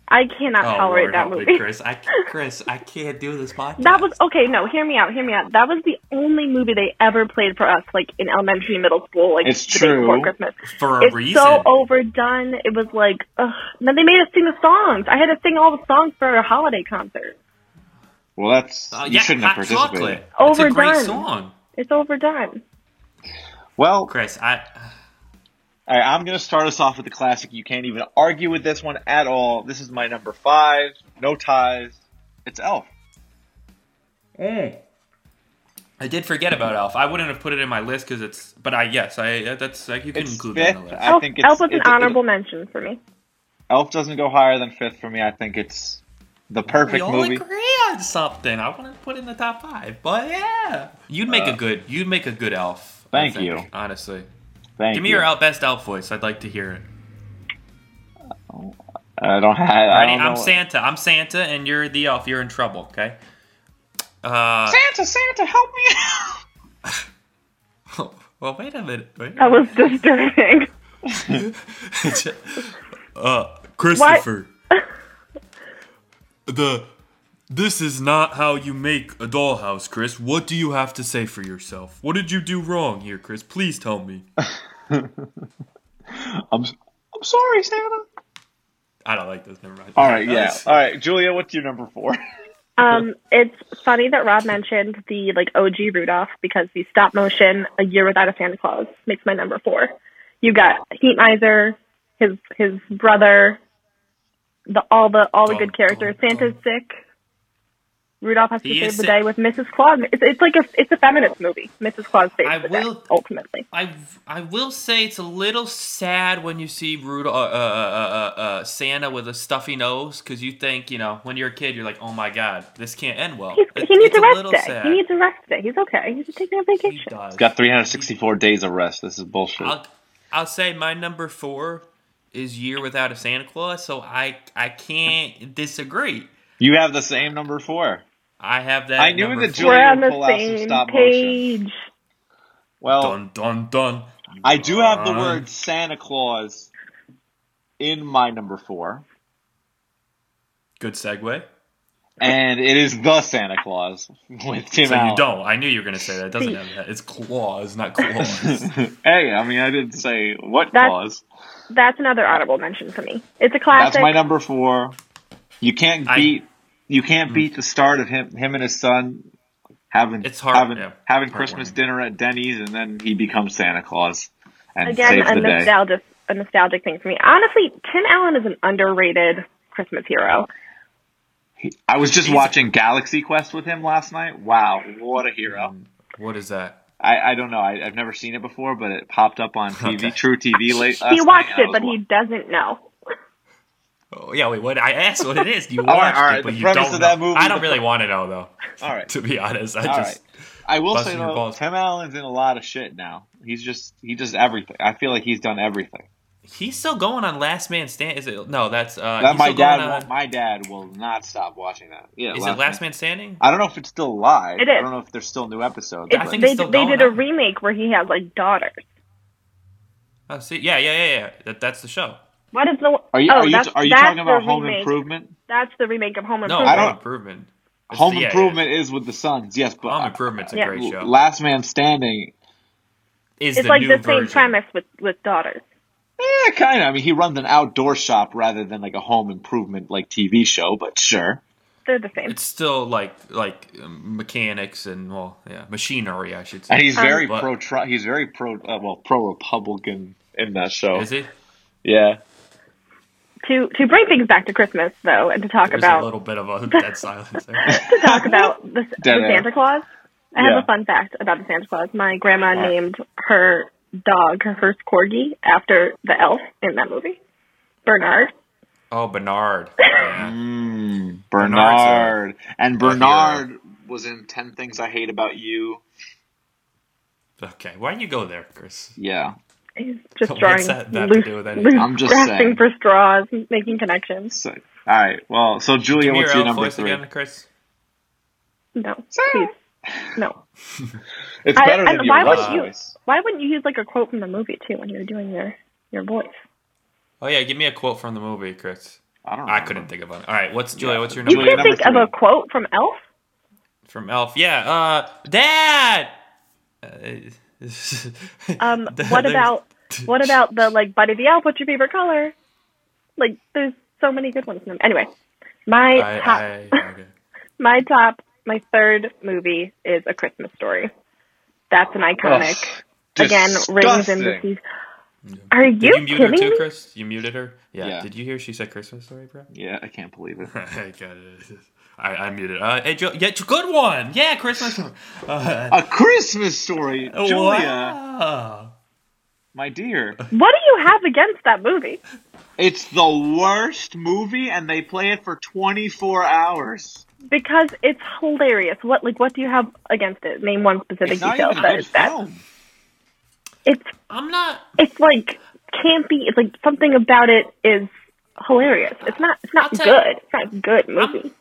I cannot Oh, tolerate Lord, that help me, movie. Chris. I, Chris, I can't do this podcast. That was okay. No, hear me out. Hear me out. That was the only movie they ever played for us, like in elementary, middle school, like It's the day before true. Christmas. for a it's reason. so overdone. It was like, ugh. And then they made us sing the songs. I had to sing all the songs for a holiday concert. Well, that's Uh, you yeah, shouldn't hot have participated. chocolate. It's a Overdone. great song, It's overdone. Well, Chris. I All right, I'm going to start us off with the classic. You can't even argue with this one at all. This is my number five. No ties. It's Elf. I did forget about Elf. I wouldn't have put it in my list because it's. But I yes, I that- that's like you can It's include that fifth. in the list. I Elf, think it's, Elf was an it's- it- honorable mention for me. Elf doesn't go higher than fifth for me. I think it's the we perfect all movie. agree on something. I want to put in the top five, but yeah, you'd make a good. You'd make a good Elf. I Uh, thank think, you. Honestly, Thank give me you. your elf, best Elf voice. I'd like to hear it. I don't have. I Ready? don't know I'm what- Santa. I'm Santa, and you're the Elf. You're in trouble. Okay. Uh, Santa, Santa, help me! well, wait a minute. Wait a That was disturbing. uh, Christopher. the this is not how you make a dollhouse, Chris. What do you have to say for yourself? What did you do wrong here, Chris? Please tell me. I'm, s- I'm sorry, Santa. I don't like this. Never mind. All right, yeah. All right, Julia, what's your number four? Um, it's funny that Rob mentioned the like OG Rudolph because the stop motion A Year Without a Santa Claus makes my number four. You got Heat Miser, his his brother, the all the all the Dun, good characters. dun, Santa's sick. Rudolph has to oh, He save is the sick. day with Mrs. Claus. It's, it's like a it's a feminist movie. Mrs. Claus saves I the will- day ultimately. I, I will say it's a little sad when you see Rudolph, uh, uh, uh, uh, uh, Santa with a stuffy nose because you think, you know, when you're a kid, you're like, oh my god, this can't end well. He's, Oh, It- he needs it's a rest little day. sad. He needs a rest day. He's okay. He's taking a He vacation. does. Got 364 days of rest. This is bullshit. I'll, I'll say my number four is Year Without a Santa Claus, so I I can't disagree. You have the same number four. I have that. I knew number that four. We're Julia on the pull out some same stop motion. page. Well, Dun dun dun. I do have the Uh. word Santa Claus in my number four, Good segue. and it is the Santa Claus with Tim So you Allen. don't. I knew you were gonna say that. It doesn't have that. It's claws, not claws. hey, I mean, I didn't say what That's- clause. That's another honorable mention for me. It's a That's classic. my number four. You can't I- Mm. beat. you can't beat the start of him, him and his son having It's hard, having, yeah, having heartwarming. Christmas dinner at Denny's, and then he becomes Santa Claus and Again, saves a the day. nostalgic, a nostalgic thing for me. Honestly, Tim Allen is an underrated Christmas hero. He- I was just watching Galaxy Quest with him last night. Wow, what a hero! Mm. what is that? I, I don't know. I, I've never seen it before, but it popped up on TV, Okay. True TV late. he last watched night, and it, I but was he doesn't know. Oh yeah, wait. What I asked what it is. You right, watched all right, it, but the you premise don't. of that know. movie- I don't really want to know though. wa- All right, To be honest, I all right. just I will busting say your though, balls. Tim Allen's in a lot of shit now. He's just he does everything. I feel like he's done everything. He's still going on Last Man Stand. Is it no? That's uh, That he's my still going dad, on- won't- my dad will not stop watching that. Yeah, is it Last Man Standing? I don't know if it's still live. It I is. don't know if there's still new episodes. It's, I think they, it's still they going did a up. remake where he had like daughters. Oh, see, yeah, yeah, yeah, yeah. That, that's the show. What is the? are you oh, are you that's, are you that's talking about the Home remake. Improvement? That's the remake of Home No, Improvement. Home I don't- Improvement. It's Home the- yeah, yeah, Improvement is with the Suns. Yes, but yeah. Home uh, Improvement's a Yeah. great show. Last Man Standing. Is it's the like new the same version. premise with with daughters. Yeah, kind of. eh, I mean, he runs an outdoor shop rather than like a home improvement like TV show, but sure. They're the same. It's still like like um, mechanics and well, yeah, machinery. I should say. And he's very but- pro. Trump. He's very pro. Uh, well, pro Republican in that show. Is he? Yeah. to to bring things back to Christmas though, and to talk There's a about little bit of a dead silence there. to talk about the, the Dead air. Santa Claus. I Yeah. have a fun fact about the Santa Claus. My grandma named her dog, her first corgi, after the elf in that movie, Bernard. Oh, Bernard. Yeah. Mm, Hmm. Bernard's a- Bernard and a hero. Bernard was in Ten Things I Hate About You. Okay, why you go there, Chris? Yeah. He's just What's drawing that- that to loose, do with anything? loose I'm just grasping saying. for straws, making connections. So, all right. Well, so Julia, Give me what's your your elf number voice three? again, Chris. No, Ah. please, no. It's I- better and than why your would Russ you- voice. Why wouldn't you use like a quote from the movie too when you're doing your your voice? Oh yeah, give me a quote from the movie, Chris. I don't. I remember. couldn't think of one. All right, what's Julia? What's your You number Julia, could number think of three. a quote from Elf. from Elf? Yeah, uh, Dad. Uh, Um, That- what there's- about what about the like Buddy the Elf? What's your favorite color? Like, there's so many good ones. in them. Anyway, my I, top, I, okay. my top, my third movie is A Christmas Story. That's an iconic. Ugh, Again, rings in the disgusting. season. Are you, Did you mute her kidding too, me? Chris? You muted her? Yeah. Yeah. Did you hear she said Christmas story, bro? Yeah, I can't believe it. I got it. I, I muted. Uh, hey, Joe, yeah, good one. Yeah, Christmas. story. Uh, A Christmas story, Julia, wow. my dear. What do you have against that movie? It's the worst movie, and they play it for 24 hours. Because it's hilarious. What like what do you have against it? Name one specific It's not Uh, detail even a that good is that. film. It's I'm not. it's like campy. It's like something about it is hilarious. It's not. It's not I'll good. tell you- it's not a good movie.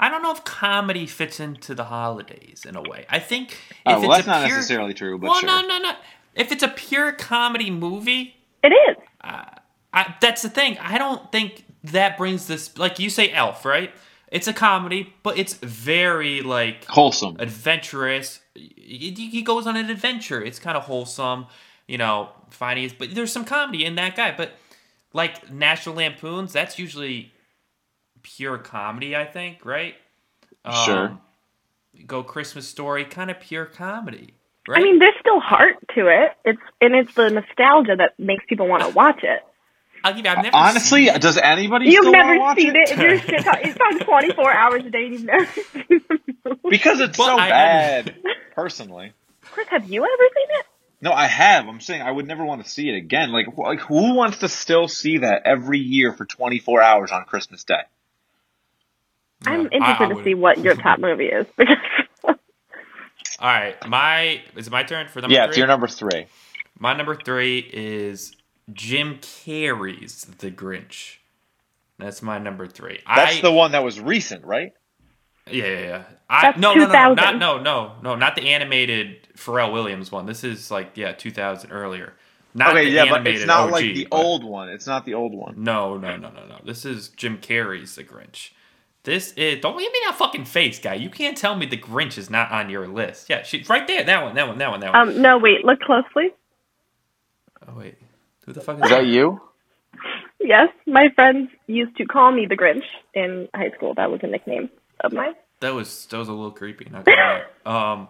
I don't know if comedy fits into the holidays in a way. I think if Oh, it's well, that's a not pure- necessarily true, but Well, sure. no, no, no. If it's a pure comedy movie, it is. I, that's the thing. I don't think that brings this. Like you say, Elf, right? It's a comedy, but it's very like Wholesome. adventurous. He, he goes on an adventure. It's kind of wholesome, you know, finding his. But there's some comedy in that guy. But like National Lampoons, that's usually pure comedy, I think, right? Uh, Um, sure. Go Christmas Story, kind of pure comedy, right? I mean, there's still heart to it. It's and it's the nostalgia that makes people want to watch it. I'll give you. I've never Honestly, seen- does anybody You've still never wanna watch seen it. If You're shit talk- it's on 24 hours a day. And you've never seen the movie. Because it's so But I- bad, personally. Chris, have you ever seen it? No, I have. I'm saying I would never want to see it again. Like, wh- like who wants to still see that every year for 24 hours on Christmas Day? I'm I- I interested to would- see what your top movie is because All right, my is it my turn for number yeah, three? it's your number three. My number three is Jim Carrey's The Grinch. That's my number three. That's I, the one that was recent, right? Yeah, yeah, yeah. I, That's no, no, no, no, 2000. not, no, no, no, not the animated Pharrell Williams one. This is like yeah, two thousand earlier. Not Okay, the yeah, but animated it's not OG, like the but- old one. It's not the old one. No, no, no, no, no. This is Jim Carrey's The Grinch. This is don't give me that fucking face, guy. You can't tell me The Grinch is not on your list. Yeah, she's right there. That one, that one, that one, that one. um, no, wait, look closely. oh wait, who the fuck is, Is that you? Yes, my friends used to call me the Grinch in high school. That was a nickname of mine. That was that was a little creepy. Not gonna lie. Um,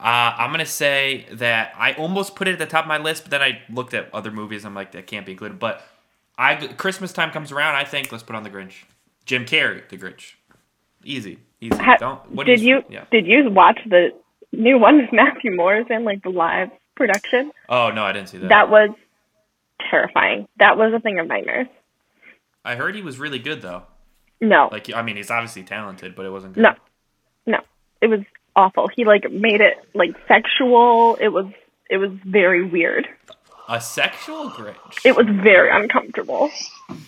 uh, I'm gonna say that I almost put it at the top of my list, but then I looked at other movies. I'm like, that can't be included. But I Christmas time comes around. I think let's put on the Grinch. Jim Carrey, the Grinch. Easy, easy. Ha- Don't. What do did you Yeah. did you watch the new one with Matthew Morris in like the live production? Oh no, I didn't see that. That was terrifying. That was a thing of nightmares. I heard he was really good though. No, Like, I mean, he's obviously talented, but it wasn't good. no, no. It was awful. He like made it like sexual. It was it was very weird. A sexual Grinch. It was very uncomfortable. Chris,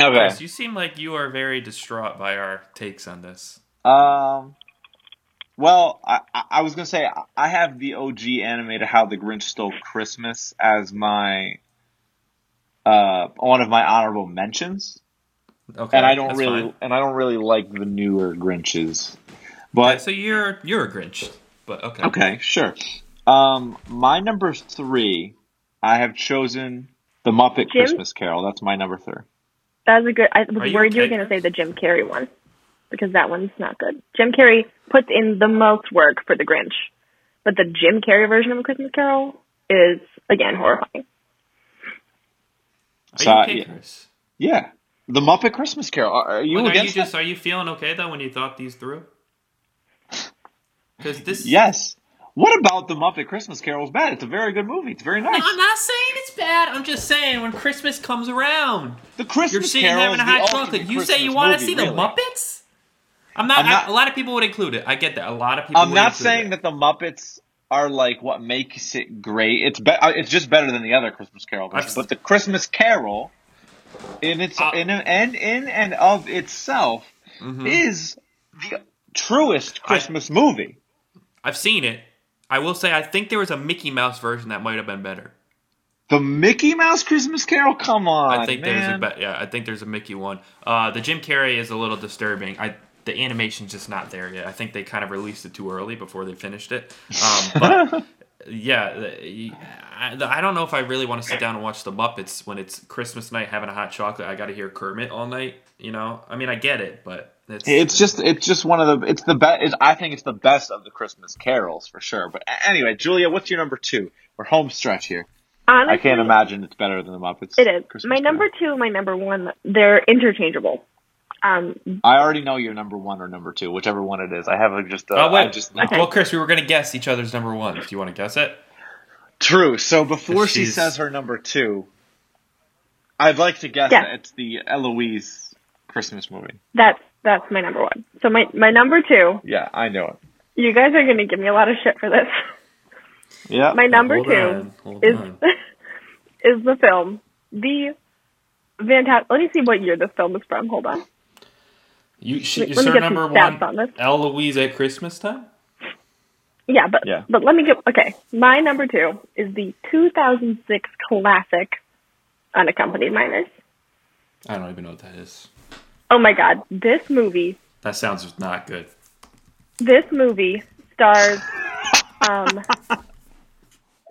Okay. you seem like you are very distraught by our takes on this. Um. Well, I, I I was gonna say I- I have the OG animated How the Grinch Stole Christmas as my uh one of my honorable mentions. Okay, and I don't that's really fine. and I don't really like the newer Grinches. But So you're you're a Grinch, but okay. okay, sure. Um, my number three, I have chosen the Muppet Jim? Christmas Carol. That's my number three. That was a good. I Are was you worried you were okay, going to say the Jim Carrey one because that one's not good. Jim Carrey puts in the most work for the Grinch, but the Jim Carrey version of A Christmas Carol is again horrifying. Are So, you okay, yeah. Chris? Yeah, the Muppet Christmas Carol. Are, are you Like, are you against just are you feeling okay though when you thought these through? Because this that? Yes. What about the Muppet Christmas Carol is bad? It's a very good movie. It's very nice. I'm not saying it's bad. I'm just saying when Christmas comes around, the you're Christmas sitting Carol having is a the hot ultimate chocolate. You say you Christmas want to movie, see the really. Muppets? I'm not, I'm not- I, A lot of people would include it. I get that. A lot of people. I'm would not include saying it. that the Muppets are like what makes it great. It's be- uh, it's just better than the other Christmas Carol version. I've- But the Christmas Carol, in its Uh, Mm-hmm. in and in and of itself, is the truest Christmas movie. I've seen it. I will say I think there was a Mickey Mouse version that might have been better. The Mickey Mouse Christmas Carol. Come on, I think man. there's a be- yeah. I think there's a Mickey one. Uh, the Jim Carrey is a little disturbing. I the animation's just not there yet. I think they kind of released it too early before they finished it. Um, but yeah, the- I, the- I don't know if I really want to sit down and watch the Muppets when it's Christmas night having a hot chocolate. I got to hear Kermit all night. You know, I mean, I get it, but it's It's just it's just one of the it's the best. I think it's the best of the Christmas carols for sure. But a- anyway, Julia, what's your number two? We're home stretch here. Honestly, I can't imagine it's better than the Muppets. It is Christmas my Carol. number two, and my number one. They're interchangeable. Um, I already know your number one or number two, whichever one it is. I have a, just. Uh, Oh I wait! just Well, Chris, we were gonna guess each other's number one. Do you want to guess it? True. So before she She's- says her number two, I'd like to guess Yeah. that it's the Eloise Christmas movie. that's that's my number one. So my my number two. Yeah, I know it. You guys are going to give me a lot of shit for this. Yeah. My number Hold two. on, hold is on. is the film the fantastic? Let me see what year this film is from. Hold on. You, she, Wait, is let me her get some number stats one? on this. Eloise at Christmas time. Yeah, but Yeah. but let me get okay. My number two is the 2006 classic Unaccompanied Minors. I don't even know what that is. Oh my God, this movie, That sounds not good. this movie stars. Um,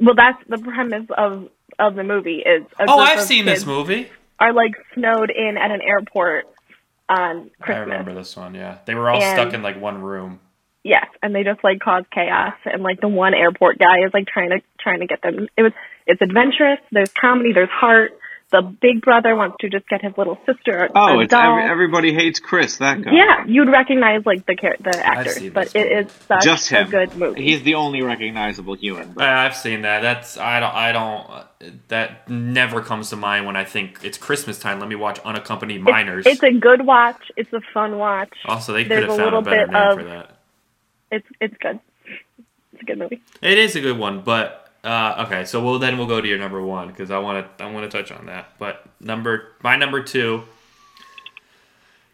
well, that's the premise of of the movie is. A Oh, group I've of seen kids this movie. Are like snowed in at an airport on Christmas. I remember this one. Yeah, they were all And- stuck in like one room. Yes, and they just like cause chaos, and like the one airport guy is like trying to trying to get them. It was it's adventurous. There's comedy. There's heart. The big brother wants to just get his little sister. A, Oh, a it's doll. every, everybody hates Chris. That guy. yeah, you'd recognize like the char- the actors, seen but this it one. is such Just him. a good movie. He's the only recognizable human. I- I've seen that. That's I don't I don't that never comes to mind when I think it's Christmas time. Let me watch unaccompanied It's- minors. It's, a good watch. It's a fun watch. also, they there's could have a found a little better bit name of- for that. It's it's good. It's a good movie. It is a good one, but uh, okay. So we'll then we'll go to your number one because I want to I want to touch on that. But number my number two,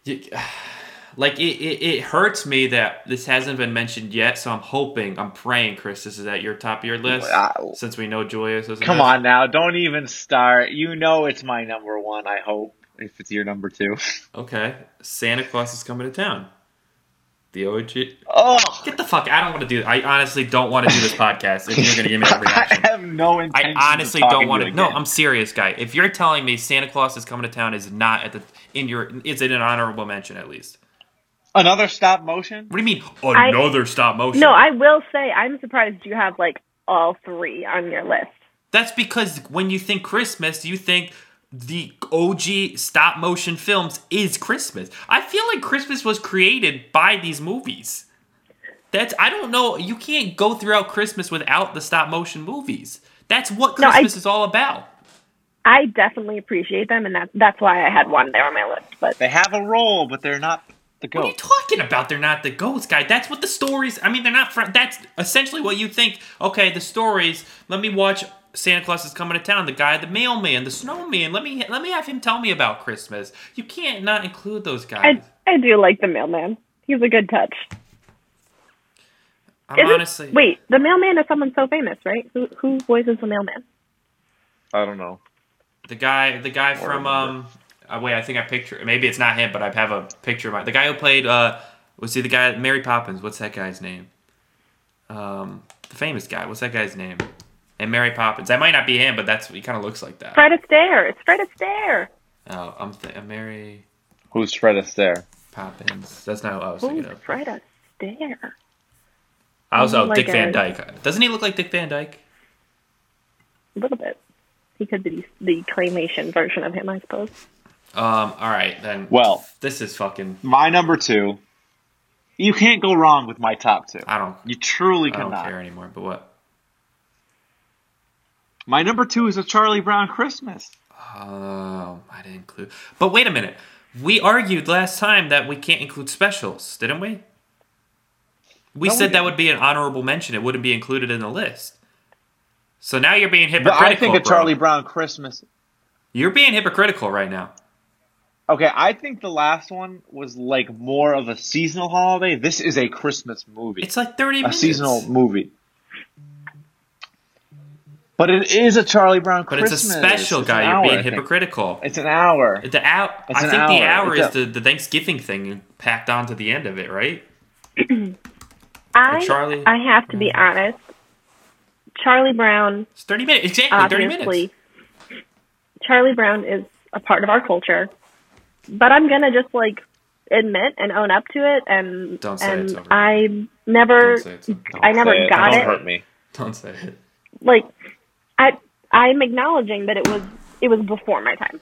you- like it, it, it hurts me that this hasn't been mentioned yet. So I'm hoping I'm praying, Chris, this is at your top of your list Wow. since we know Julius is. Come on now, don't even start. You know it's my number one. I hope if it's your number two. Okay, Santa Claus is coming to town. The OG. Oh, Get the fuck! I don't want to do. I honestly don't want to do this podcast. If you're gonna give me a I reaction. have no I intention. of honestly talking don't want you to. No, again. I'm serious, guy. If you're telling me Santa Claus is coming to town is not at the in your is it an honorable mention at least? Another stop motion. What do you mean another stop motion? No, I will say I'm surprised you have like all three on your list. That's because when you think Christmas, you think the OG stop motion films is Christmas. I feel like Christmas was created by these movies. That's I don't know. You can't go throughout Christmas without the stop motion movies. That's what No, I- Christmas is all about. I definitely appreciate them, and that's that's why I had one there on my list. But They have a role, but they're not the What are you goat. talking about? They're not the ghost guy. That's what the stories. I mean, they're not. Fr- that's essentially what you think. Okay, the stories. Let me watch Santa Claus is coming to town. The guy, the mailman, the snowman. Let me let me have him tell me about Christmas. You can't not include those guys. I I do like the mailman. He's a good touch. I, am Isn't- honestly wait, the mailman is someone so famous, right? Who who voices the mailman? I don't know. the guy the guy from um uh, wait I think I picture maybe it's not him but I have a picture of my, the guy who played uh was he the guy Mary Poppins what's that guy's name um the famous guy what's that guy's name and Mary Poppins that might not be him but that's he kind of looks like that Fred Astaire. It's Fred Astaire. oh I'm th- Mary Who's Fred Astaire? Poppins that's not who I was Who's thinking of Fred Astaire? I was oh Like Dick Van a- Dyke doesn't he look like Dick Van Dyke A little bit. He could be the claymation version of him, I suppose. um all right then Well, this is fucking my number two. You can't go wrong with my top two. I don't You truly I don't cannot. care anymore but what My number two is a Charlie Brown Christmas. Oh, I didn't include. But wait a minute. We argued last time that we can't include specials, didn't we? We No, we said that didn't. would be an honorable mention. It wouldn't be included in the list. So now you're being But hypocritical. I think a bro. Charlie Brown Christmas. You're being hypocritical right now. Okay, I think the last one was like more of a seasonal holiday. This is a Christmas movie. It's like 30 a minutes. seasonal movie. But it is a Charlie Brown But Christmas. it's a special It's guy. an You're hour, I being think. hypocritical. It's an hour. The hour. It's I an think the hour. hour It's is a- the, the Thanksgiving thing packed onto the end of it, right? I Charlie- Mm. I have to be honest. Charlie Brown, It's 30 minutes. Exactly, 30 minutes. obviously. Charlie Brown is a part of our culture, but I'm gonna just like admit and own up to it, and Don't say and it's over. I never Don't say it's over. I never Say got Don't it. hurt me. Don't say it. like I I'm acknowledging that it was it was before my time.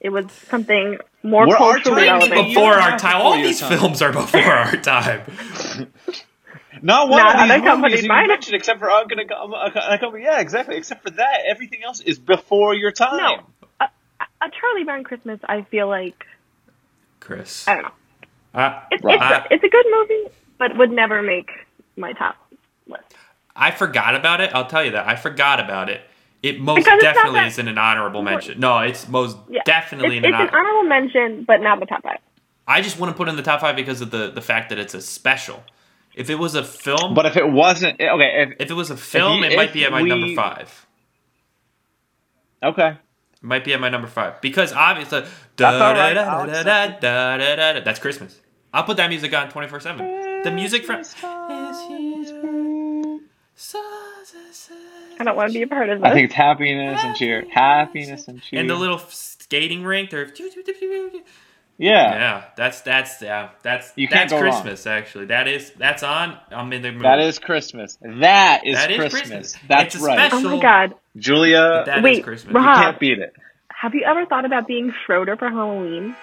It was something more We're our culturally time. relevant. You Before don't our have to time. pull All your these tongue. films are before our time. Not one Not of these unaccompanied movies you minor. mentioned, except for I'm gonna go. Unaccompanied. Yeah, exactly. Except for that, everything else is before your time. No, a, a Charlie Brown Christmas. I feel like Chris. I don't know. Uh, I, It's Right. it's, a, it's a good movie, but would never make my top list. I forgot about it. I'll tell you that. I forgot about it. It most Because it's not definitely that- isn't an honorable mention. No, it's most Yeah, definitely it's, an, it's an honor- honorable mention, but not the top five. I just want to put it in the top five because of the, the fact that it's a special. If it was a film, But if it wasn't, okay. If, if it was a film, you- it might if be at my number we- five. okay. It might be at my number five because obviously, all right. I'll that's Christmas. I'll put that music on twenty four seven. The music from I don't want to be a part of this. I think it's happiness and cheer. Happiness and cheer. and the little skating rink. They're yeah. Yeah, that's that's yeah, that's You can't that's go wrong. Christmas actually. That is that's on. I'm in the mood. That is Christmas. That is, That is Christmas. Christmas. That's It's a right. oh special- my god! Julia That is Wait, Christmas. Rob. can't beat it. Have you ever thought about being Schroeder for Halloween?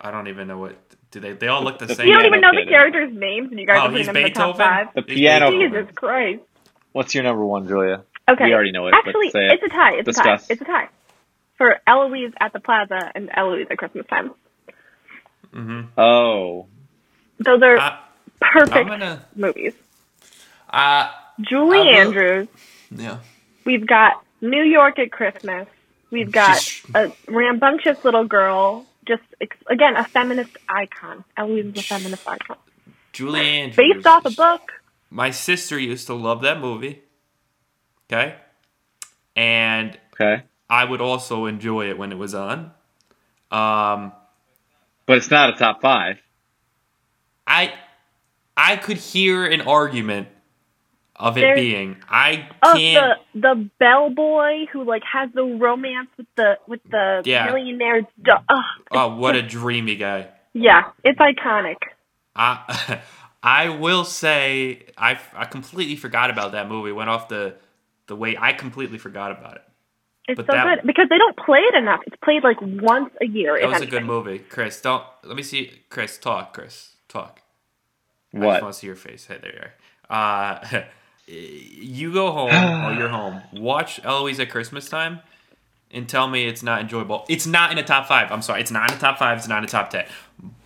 I don't even know what do they. They all look the, same. You Yeah, don't even no know kidding. the characters' names, and you guys oh, are putting he's them in the top Beethoven. five. The He's piano Beethoven. Jesus Christ! What's your number one, Julia? Okay. We already know it, but Actually, say it. it's a tie. It's Discuss. a tie. It's a tie. For Eloise at the Plaza and Eloise at Christmas time. Oh. Those are Uh, I'm perfect gonna. movies. Uh, Julie I will- Andrews. yeah. We've got New York at Christmas. We've got She's- a rambunctious little girl. Just ex- again, a feminist icon. Eloise is a feminist icon. Julie Andrews. Based off a book. My sister used to love that movie. Okay. And Okay. I would also enjoy it when it was on. Um, But it's not a top five. I I could hear an argument of it There's- being. I Of can't. Oh, the the bellboy who like has the romance with the with the Yeah. millionaire's do- Ugh, Oh, what a dreamy guy. yeah, it's iconic. I I will say I I completely forgot about that movie. Went off the the way I completely forgot about it. It's But so that- good because they don't play it enough. It's played like once a year. That if was a good anything. movie, Chris. Don't let me see, Chris. Talk, Chris. Talk. I just What? want to see your face. Hey, there you are. Uh, you go home or you're home. Watch Eloise at Christmas time and tell me it's not enjoyable. It's not in a top five. I'm sorry. It's not in a top five. It's not in a top ten.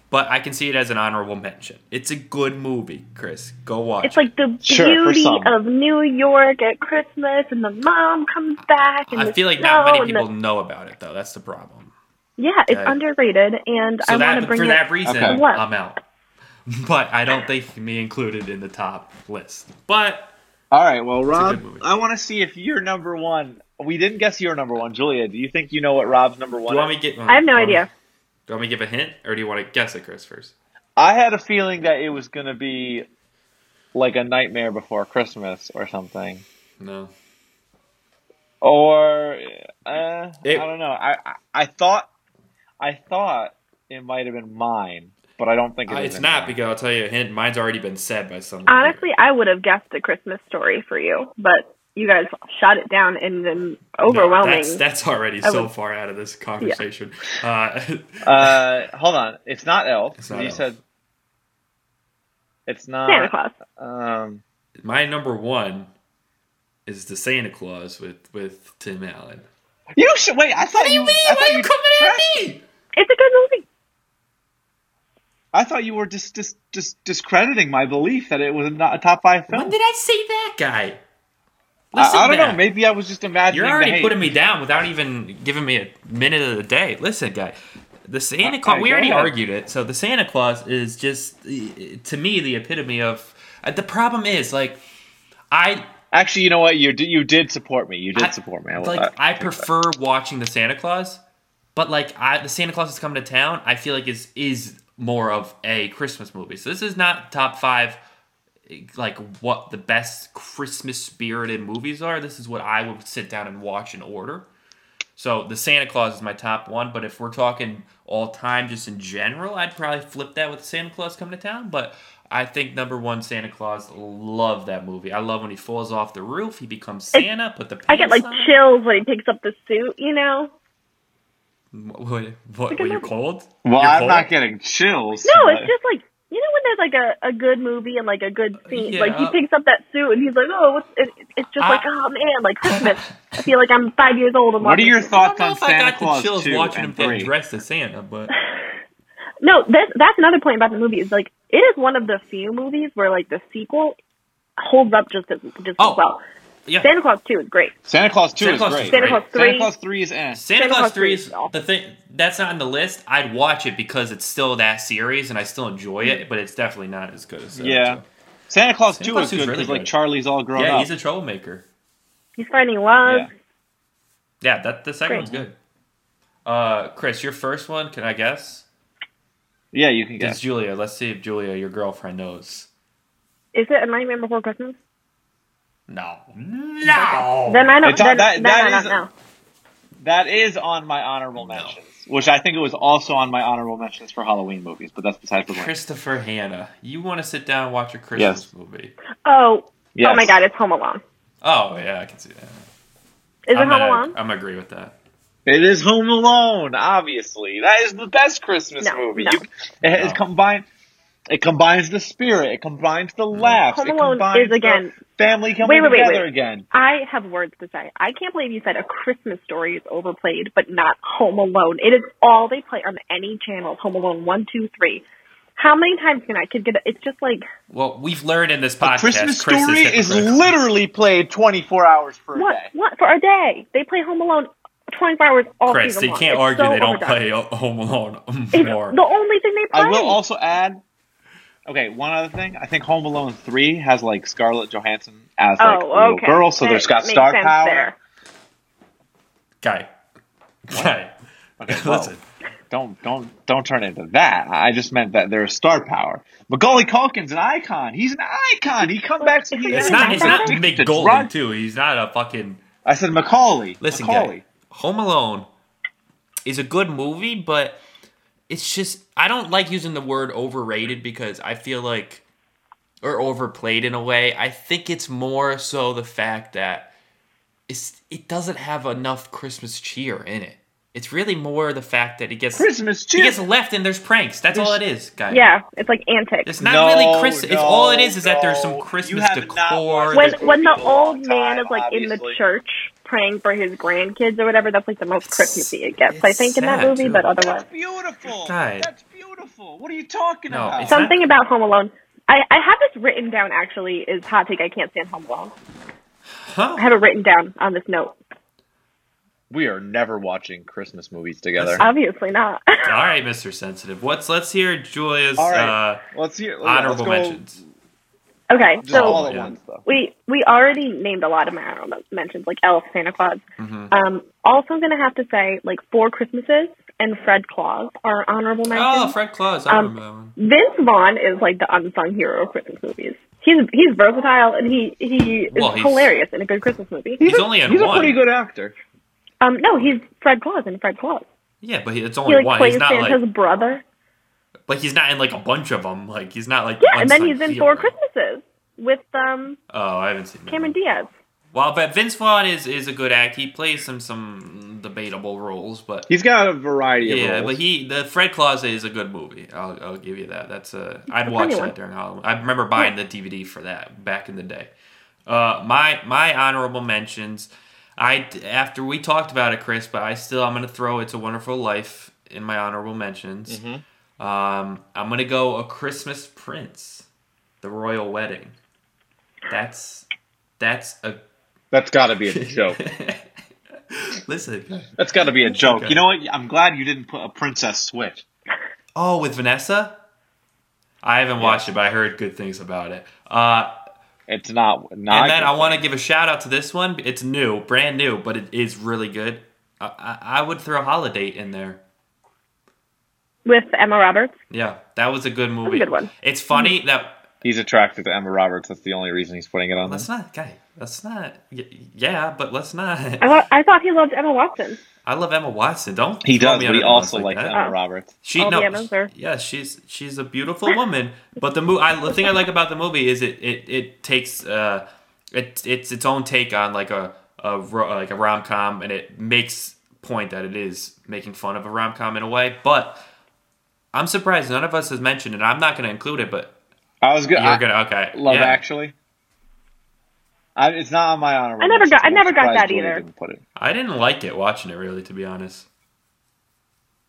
but I can see it as an honorable mention. It's a good movie, Chris. Go watch. It's like the Sure, for beauty some. of New York at Christmas, and the mom comes back. it. And I the feel like snow not many and the- people know about it though. That's the problem. yeah, it's Yeah. underrated, and So I want that to bring for it. that reason, Okay. What? I'm out. But I don't think me included in the top list. But All right, well, good Rob, movie. I want to see if you're number one. We didn't guess your number one, Julia. Do you think you know what Rob's number do one? you want is? me to get? um, I have no idea. Do you want me to give a hint, or do you want to guess it, Chris? First. I had a feeling that it was gonna be like a Nightmare Before Christmas or something, No. or uh, It- I don't know. I, I I thought I thought it might have been mine, but I don't think it Uh, is it's in not mine. because I'll tell you a hint. Mine's already been said by someone. Honestly, I would have guessed a Christmas story for you, but you guys shot it down in an No, overwhelming. that's that's already I so would- far out of this conversation. Uh, Uh, hold on, it's not Elf. It's not you Elf. said it's Santa not. Claus. Um, my number one is the Santa Claus with with Tim Allen. you should wait. I thought what do you mean? Why you coming at me? It's a good movie. I thought you were just just just discrediting my belief that it was not a top five film. When did I say that guy? I, I Listen don't back. know. Maybe I was just imagining. You're the already hate. putting me down without even giving me a minute of the day. Listen, guy, the Santa Uh, Claus. We go already ahead. argued it. So the Santa Claus is just uh, to me the epitome of. Uh, the problem is like I Actually, you know what? You did. You did support me. You did I- support me. I, Like I- I prefer watching the Santa Claus, but like I, the Santa Claus is coming to town. I feel like is is more of a Christmas movie. So this is not top five, like what the best Christmas spirited movies are. This is what I would sit down and watch in order. So the Santa Claus is my top one, but if we're talking all time, just in general, I'd probably flip that with Santa Claus coming to town. But I think number one, Santa Claus, love that movie. I love when he falls off the roof, he becomes Santa, put the pants I get like on. chills when he picks up the suit. You know? What, what, what were you cold? well, You're I'm cold? not getting chills. No, but- it's just like you know when there's like a, a good movie and like a good scene. Like he Yeah. picks up that suit and he's like, oh, it's, it, it's just I- like oh man, like Christmas. I feel like I'm five years old. And What are watching your this. I don't thoughts know on if I Santa got the Claus chills two watching him and three? get dressed as Santa, but No, that's that's another point about the movie is like it is one of the few movies where like the sequel holds up just as just Oh. as well. yeah. Santa Claus Two is great. Santa Claus two Santa is Claus great. is Santa great. Claus Santa Three. Claus three is eh. Santa, Claus, 3 is awful. the thing that's not on the list. I'd watch it because it's still that series and I still enjoy it, but it's definitely not as good as that. Yeah. Santa Claus Santa two Claus is two is good because really like good. Charlie's all grown Yeah, up. he's a troublemaker. He's finding love. Yeah. Yeah, that the second Great. one's good. Uh, Chris, your first one, can I guess? yeah, you can It's guess. Julia. Let's see if Julia, your girlfriend, knows. Is it A Nightmare Before Christmas? No. No. Then I don't. Oh. It's on- Then, that- then that I is- don't know. That is on my honorable mentions, which I think it was also on my honorable mentions for Halloween movies, but that's besides the point. Christopher Hannah. You want to sit down and watch a Christmas Yes. movie? Oh, Yes. oh my God! It's Home Alone. Oh, yeah, I can see that. Is it I'm Home gonna- Alone? I'm gonna agree with that. It is Home Alone, obviously. That is the best Christmas No, movie. no. You, it, it No. combines. It combines the spirit. It combines the laughs. Home it Alone combines is, again- the family coming Wait, wait, wait, together wait. again. I have words to say. I can't believe you said a Christmas story is overplayed, but not Home Alone. It is all they play on any channel. Home Alone one, two, three. How many times can I could get? A, it's just like Well, we've learned in this podcast. Christmas Chris Story is hypocritical. literally played 24 hours per what? day. What for a day? They play Home Alone twenty four hours all Chris, season they long. can't It's argue so they don't overdone. play O- Home Alone It's more. the only thing they play. I will also add. Okay, one other thing. I think Home Alone three has like Scarlett Johansson as oh, like a little okay. girl, so That there's got makes star sense power. There. Guy. Guy. Okay, whoa. Listen. Don't don't don't turn into that. I just meant that there's star power. Macaulay Culkin's an icon. He's an icon. He come back. He It's It's he's not, it's not addicted to McGolden, drugs. too. He's not a fucking. I said Macaulay. Listen, Macaulay. guy, Home Alone is a good movie, but it's just I don't like using the word overrated because I feel like or overplayed in a way. I think it's more so the fact that it's it doesn't have enough Christmas cheer in it. It's really more the fact that it gets Christmas it cheer. gets left and there's pranks. That's all it is, guys. Yeah, it's like antics. It's not No, really Christmas. it's all it is is that there's no. some You Christmas have not decor. watched when There's when the people all old the man time, is like in the obviously. church praying for his grandkids or whatever, that's like the most Christmassy it gets. I it's think in that sad, movie, too. but otherwise, Beautiful. Guy. That's beautiful. awful. What are you talking No, about? it's- Something about Home Alone. I, I have this written down actually is hot take I can't stand Home Alone. I have it written down on this note. we are never watching Christmas movies together. Obviously not. All right, Mr. Sensitive. What's let's hear Julia's All right, uh, let's hear. let's honorable go mentions. okay, Just all so at Yeah. once, though. we we already named a lot of my honorable mentions, like Elf, Santa Claus. Mm-hmm. Um, also gonna have to say like Four Christmases and Fred Claus are honorable mentions. Oh, Fred Claus. I Um, remember that one. Vince Vaughn is like the unsung hero of Christmas movies. He's he's versatile and he he is Well, he's- hilarious in a good Christmas movie. He's only in He's one. a pretty good actor. Um, no, he's Fred Claus in Fred Claus. Yeah, but he, it's He only like one. plays He's not Santa's like brother. like he's not in like a bunch of them. Like he's not like Yeah, and then unsung he's in hero. Four Christmases with um Oh, I haven't seen that. Cameron Diaz. Well, but Vince Vaughn is is a good act. He plays some some debatable roles, but He's got a variety of yeah, roles. but he the Fred Claus is a good movie. I'll, I'll give you that. That's a I'd a watch funny that one. during Halloween. I remember buying the DVD for that back in the day. Uh, my my honorable mentions. I after we talked about it, Chris, but I still I'm gonna throw "It's a Wonderful Life" in my honorable mentions. Um, I'm gonna go "A Christmas Prince," "The Royal Wedding." That's that's a That's got to be a joke. listen. That's got to be a joke. You know what? I'm glad you didn't put a Princess Switch. Oh, with Vanessa? I haven't watched it, but I heard good things about it. Uh, It's not. not and then I want to give a shout out to this one. It's new, brand new, but it is really good. I, I, I would throw Holiday in there. with Emma Roberts. Yeah, that was a good movie. good one. Mm-hmm. It's funny that He's attracted to Emma Roberts. That's the only reason he's putting it on. let's There. not, guy. Let's not. y- Yeah, but let's I not. thought I thought he loved Emma Watson. I love Emma Watson. Don't He throw does, me but under he the bus also like likes that. Emma Oh. Roberts. She All no, the Evans are- yeah, she's she's a beautiful woman. But the movie, I the thing I like about the movie is it it, it takes uh, it it's its own take on like a a ro- like a rom com, and it makes point that it is making fun of a rom com in a way. But I'm surprised none of us has mentioned it. I'm not going to include it, but I was good. you're I- gonna okay. Love yeah. Actually. I, it's not on my honorable. I never mentions. got- I I'm never got surprised that Julia either. Didn't put it. I didn't like it watching it really, to be honest.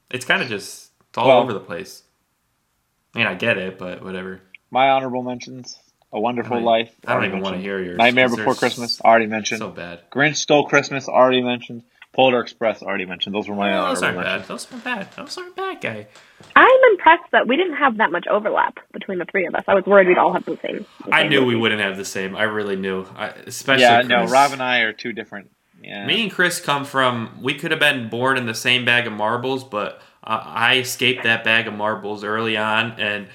It's kind of just it's all Well- over the place. I mean, I get it, but whatever. My honorable mentions: A Wonderful I don't- Life. I don't already even wanna mentioned. hear yours, Nightmare 'cause Before they're Christmas. Already mentioned. So bad. Grinch Stole Christmas. Already mentioned. Polar Express. Already mentioned. Those were my Oh, honorable those aren't mentions. bad. Those aren't bad. Those aren't bad, guy. I'm impressed that we didn't have that much overlap between the three of us. I was worried we'd all have the same. the I same knew we movie. wouldn't have the same. I really knew. I, especially Yeah, Chris. no. Rob and I are two different. Yeah. Me and Chris come from. We could have been born in the same bag of marbles, but uh, I escaped that bag of marbles early on, and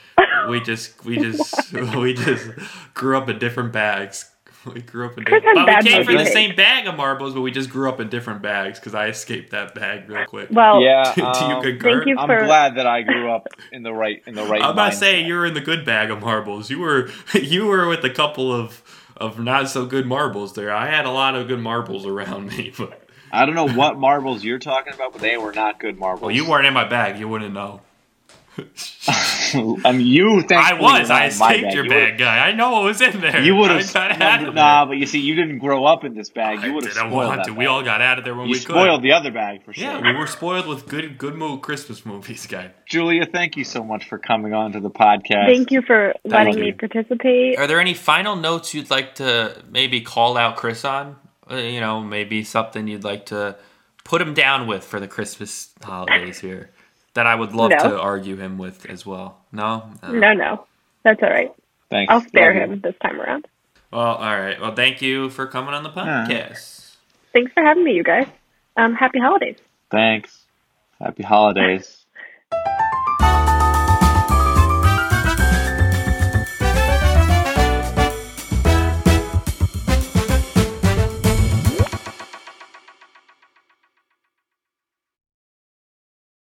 we just, we just, we just grew up in different bags. We grew up in Chris different. had But bad we came from the motivation. same bag of marbles, but we just grew up in different bags because I escaped that bag real quick. Well, Yeah. Do you um, concur? you I'm for- glad that I grew up in the right in the right. I'm not mindset. saying you were in the good bag of marbles. You were you were with a couple of of not so good marbles there. I had a lot of good marbles around me, but I don't know what marbles you're talking about, but they were not good marbles. well, you weren't in my bag. You wouldn't know. I mean, Um, you. I thankfully was. were not I in my escaped your You were- bag, guy. I know what was in there. You would I have got out of nah, there. but you see, you didn't grow up in this bag. You I would have didn't spoiled want that to. bag. We all got out of there when You we spoiled could. the other bag for sure. yeah, we were spoiled with good good mo Christmas movies, guy. Julia, thank you so much for coming on to the podcast. Thank you for letting you. me participate. Are there any final notes you'd like to maybe call out Chris on? Uh, you know, maybe something you'd like to put him down with for the Christmas holidays here that I would love No. to argue him with as well. No? Uh, No, no, that's all right. Thanks. I'll spare Love you. him this time around. Well, all right. Well, thank you for coming on the podcast. Thanks for having me, you guys. Um, happy holidays. Thanks. Happy holidays.